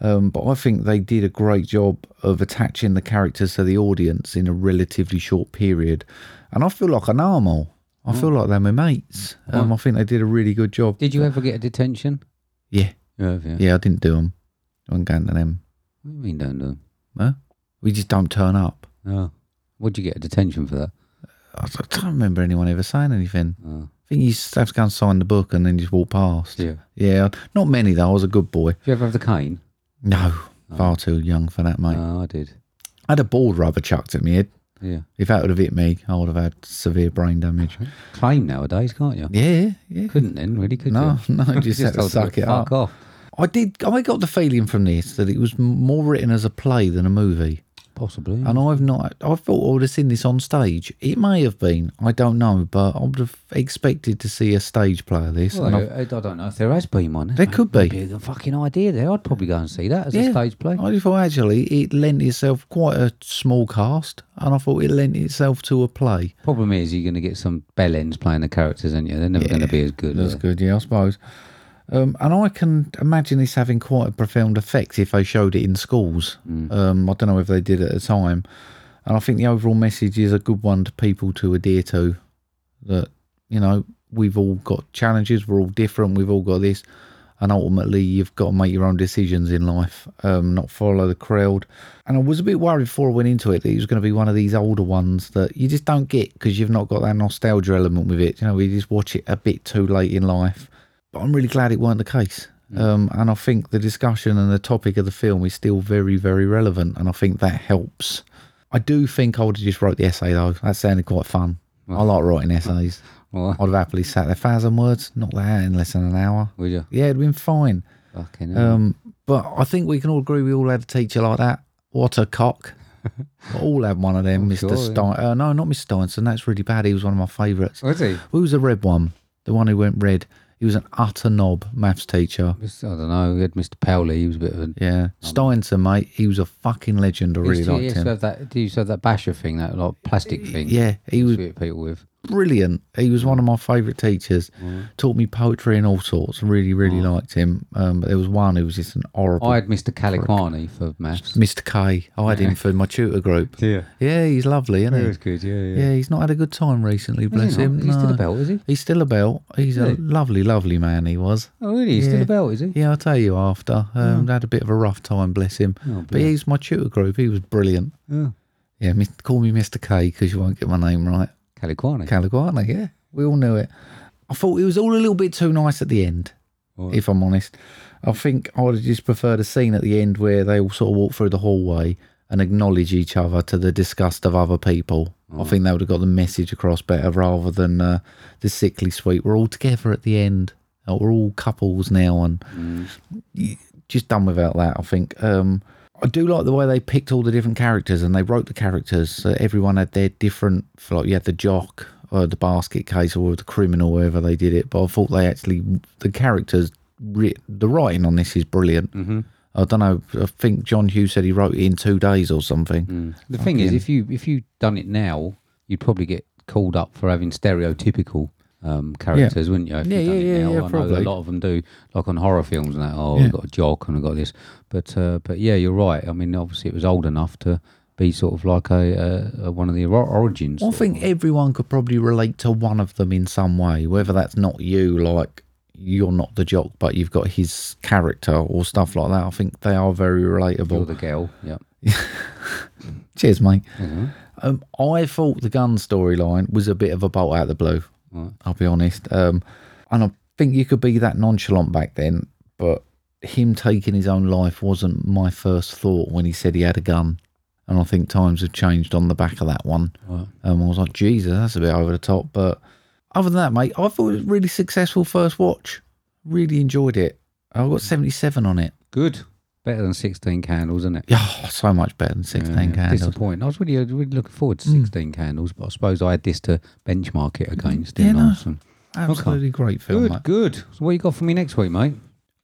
Um, but I think they did a great job of attaching the characters to the audience in a relatively short period, and I feel like I know 'em all. I feel like they're my mates. Um, I think they did a really good job. Did you ever get a detention? Yeah. Yeah, Yeah, I didn't do them. I wasn't going to them. What do you mean don't do 'em? Huh? We just don't turn up. Oh. Would you get a detention for that? Ah. I d- I can't remember anyone ever saying anything. I think you just have to go and sign the book and then just walk past. Yeah. Yeah, not many though. I was a good boy. Did you ever have the cane? No, far too young for that, mate. Oh, I did. I had a ball rubber chucked at me. head. Yeah. If that would have hit me, I would have had severe brain damage. Claim nowadays, can't you? Yeah, yeah. Couldn't then, really, could No, you? no, just had to told them, suck it Fuck up. off. I did. I got the feeling from this that it was m- more written as a play than a movie. Possibly. And I've not. I thought I would have seen this on stage. It may have been. I don't know, but I would have expected to see a stage play of this. and Well, I've- I, I don't know if there has been one. eh? There could be. The fucking idea there. I'd probably go and see that as a stage play. I thought actually it lent itself quite a small cast, and I thought it lent itself to a play. Problem is, you're going to get some bellends playing the characters, aren't you? They're never going to be as good. That's are they? good, yeah, I suppose. Um, and I can imagine this having quite a profound effect if they showed it in schools. Um, I don't know if they did at the time. And I think the overall message is a good one to people to adhere to that, you know, we've all got challenges, we're all different, we've all got this. And ultimately, you've got to make your own decisions in life, um, not follow the crowd. And I was a bit worried before I went into it that it was going to be one of these older ones that you just don't get because you've not got that nostalgia element with it. You know, you just watch it a bit too late in life. But I'm really glad it weren't the case. Um, and I think the discussion and the topic of the film is still very, very relevant. And I think that helps. I do think I would have just wrote the essay though. That sounded quite fun. I like writing essays. Well, I'd have happily sat there. Thousand words, not that in less than an hour. would you? Yeah, it'd been fine. Fucking hell. Um, but I think we can all agree we all had a teacher like that. What a cock. We all had one of them, Mr. sure, yeah. Stein. Uh, no, not Mr. Steinson. That's really bad. He was one of my favourites. Was he? Who was the red one? The one who went red. He was an utter knob maths teacher. Mis- I don't know. We had Mr. Powley. He was a bit of a. Yeah. Steinson, mate. He was a fucking legend. I He really used to- he liked used to him. have that. He used to have that basher thing, that like plastic thing. Yeah, he was Sweet people with. brilliant. He was one of my favourite teachers. Taught me poetry and all sorts. Really, really liked him. Um, but there was one who was just an horrible. Oh. I had Mr. Caliquani for maths. Mr. K. I had him for my tutor group. Yeah. Yeah, he's lovely, isn't he? good. Yeah, he's not had a good time recently, Is he bless not? him. He's still no. about, is he? He's still about. He's a lovely, lovely man, he was. Oh, really? He's still Yeah. about, is he? Yeah, I'll tell you after. Um, Had a bit of a rough time, bless him. Oh, but he's my tutor group. He was brilliant. Yeah. Yeah, mis- call me Mr. K because you won't get my name right. Caliquani. Caliguana, yeah. We all knew it. I thought it was all a little bit too nice at the end, if I'm honest. I think I would have just preferred a scene at the end where they all sort of walk through the hallway and acknowledge each other to the disgust of other people. I think they would have got the message across better rather than uh, the sickly sweet. We're all together at the end. Uh, We're all couples now and y- just done without that, I think. Um, I do like the way they picked all the different characters and they wrote the characters. So everyone had their different, like you had the jock or the basket case or the criminal, wherever they did it. But I thought they actually, the characters, writ- the writing on this is brilliant. Mm-hmm. I don't know. I think John Hughes said he wrote it in two days or something. The thing is, if you if you done it now, you'd probably get called up for having stereotypical um, characters, wouldn't you? If Yeah, you done yeah, it yeah, now, yeah, I know probably. a lot of them do, like on horror films and that. Oh, I've got a jock and I've got this, but uh, but yeah, you're right. I mean, obviously, it was old enough to be sort of like a, a, a one of the or- origins. I sort think everyone could probably relate to one of them in some way, whether that's not you, like you're not the jock, but you've got his character or stuff like that. I think they are very of, relatable. or the girl. Yeah, Cheers, mate. Um, I thought the gun storyline was a bit of a bolt out of the blue. I'll be honest. Um, and I think you could be that nonchalant back then, but him taking his own life wasn't my first thought when he said he had a gun. And I think times have changed on the back of that one. Um, I was like, Jesus, that's a bit over the top. But other than that, mate, I thought it was a really successful first watch. Really enjoyed it. I got 77 on it. Good. Better than 16 candles, isn't it? Yeah, so much better than 16 candles. Hmm. Disappointing. I was really, really looking forward to 16 candles, but I suppose I had this to benchmark it against. Yeah, didn't I? no. So- Absolutely great film, Good, mate. good. So what you got for me next week, mate?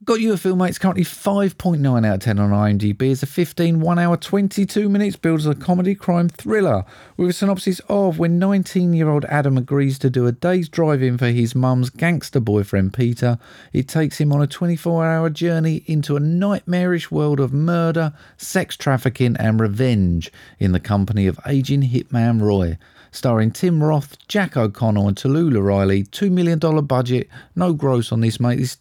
Got you a film, mate. It's currently 5.9 out of 10 on IMDb. It's a 15, 1 hour, 22 minutes builds a comedy crime thriller with a synopsis of when 19 year old Adam agrees to do a day's drive in for his mum's gangster boyfriend Peter. It takes him on a 24 hour journey into a nightmarish world of murder, sex trafficking, and revenge in the company of aging hitman Roy starring Tim Roth, Jack O'Connell, and Tallulah Riley. $2 million budget, no gross on this, mate. This is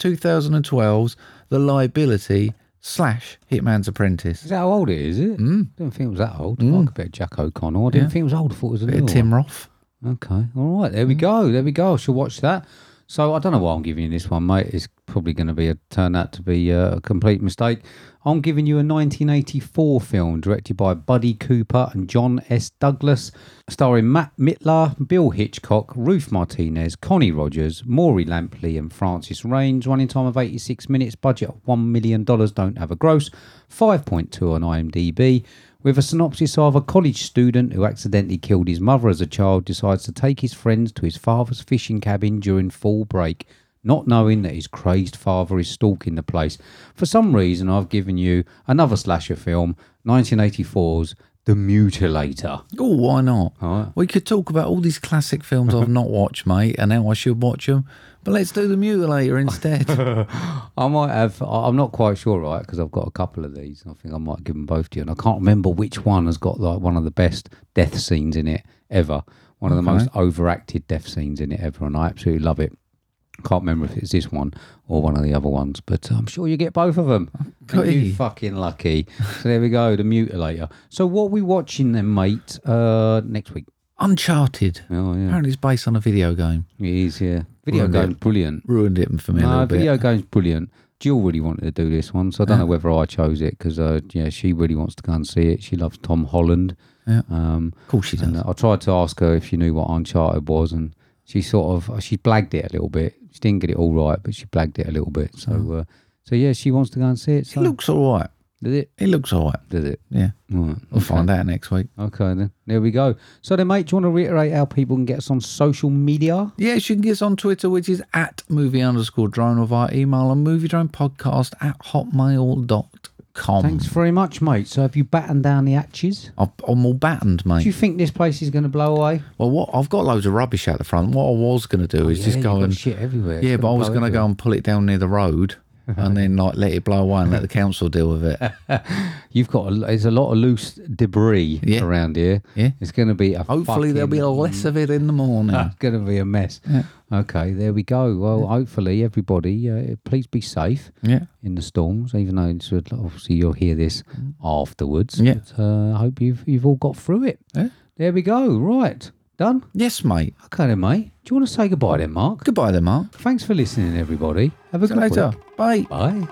2012's The Liability slash Hitman's Apprentice. Is that how old it is? Is it? Hmm. Mm. Didn't think it was that old. I like a bit of Jack O'Connell. I didn't think it was old. I thought it was a Bit little of Tim Roth. Okay. All right. There we go. There we go. I shall watch that. So I don't know why I'm giving you this one, mate. It's probably going to be a turn out to be uh, a complete mistake. I'm giving you a 1984 film directed by Buddy Cooper and John S. Douglas, starring Matt Mitlar, Bill Hitchcock, Ruth Martinez, Connie Rogers, Maury Lampley, and Francis Rains. Running time of 86 minutes. Budget of $1 million. Don't have a gross. 5.2 on IMDb with a synopsis of a college student who accidentally killed his mother as a child decides to take his friends to his father's fishing cabin during fall break, not knowing that his crazed father is stalking the place. For some reason, I've given you another slasher film, 1984's The Mutilator. Oh, why not? We could talk about all these classic films I've not watched, mate, and how I should watch them. But let's do The Mutilator instead. I might have, I- I'm not quite sure, right? Because I've got a couple of these. I think I might give them both to you. And I can't remember which one has got like one of the best death scenes in it ever. One of the most overacted death scenes in it ever. And I absolutely love it. Can't remember if it's this one or one of the other ones, but I'm sure you get both of them. Are you Goody. fucking lucky. So there we go, the mutilator. So what we watching then, mate? Uh, next week. Uncharted. Oh yeah, Apparently, it's based on a video game. it is. Yeah, video Ruined it. game's brilliant. Ruined it for me a No, little bit. video game's brilliant. Jill really wanted to do this one, so I don't know whether I chose it because uh, yeah, she really wants to go and see it. She loves Tom Holland. Yeah. Um, Of course, she does. and I tried to ask her if she knew what Uncharted was, and she sort of uh, she blagged it a little bit. She didn't get it all right, but she blagged it a little bit. So, uh, so yeah, she wants to go and see it. So It looks all right. did it? It looks all right. Did it? Yeah. Right. We'll find out next week. Okay, then there we go. So then, mate, do you want to reiterate how people can get us on social media? Yes, you can get us on Twitter, which is at movie underscore drone, or via email on movie drone podcast at hotmail.com. Thanks very much, mate. So, have you battened down the hatches? I'm I'm all battened, mate. Do you think this place is going to blow away? Well, what I've got loads of rubbish out the front. What I was going to do is just Oh, Yeah, go you've got and shit everywhere. It's yeah, but I was blow going to go everywhere. and pull it down near the road and then like let it blow away and let the council deal with it. You've got a, there's a lot of loose debris Yeah. around here. Yeah. it's going to be a Hopefully, there'll be fucking- less of it in the morning. It's going to be a mess. Okay, there we go. Well, hopefully everybody, uh, please be safe yeah, in the storms. Even though it's, obviously you'll hear this afterwards. Yeah. But, uh, I hope you've you've all got through it. Yeah. There we go. Right, done. yes, mate. Okay, then, mate. Do you want to say goodbye then, Mark? Goodbye, then, Mark. Thanks for listening, everybody. Have a See good you later. week. Bye. Bye.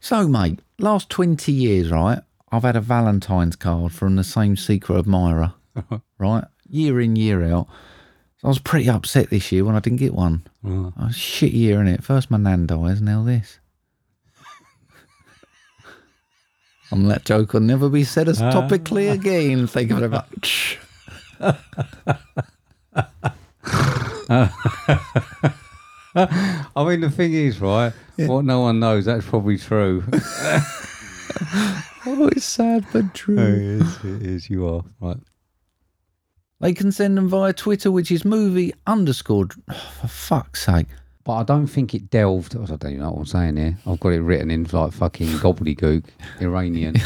So, mate, last 20 years, right, I've had a Valentine's card from the same secret admirer, right, year in, year out. So I was pretty upset this year when I didn't get one. Right. Oh, shit year, innit? First my nan dies, now this. and that joke will never be said as topically again. Thank you very much. I mean, the thing is, right? What no one knows, that's probably true. Oh, it's sad but true. is, it is. You are right. They can send them via Twitter, which is movie underscore. Oh, for fuck's sake. But I don't think it delved. I don't even know what I'm saying here. I've got it written in like fucking gobbledygook Iranian.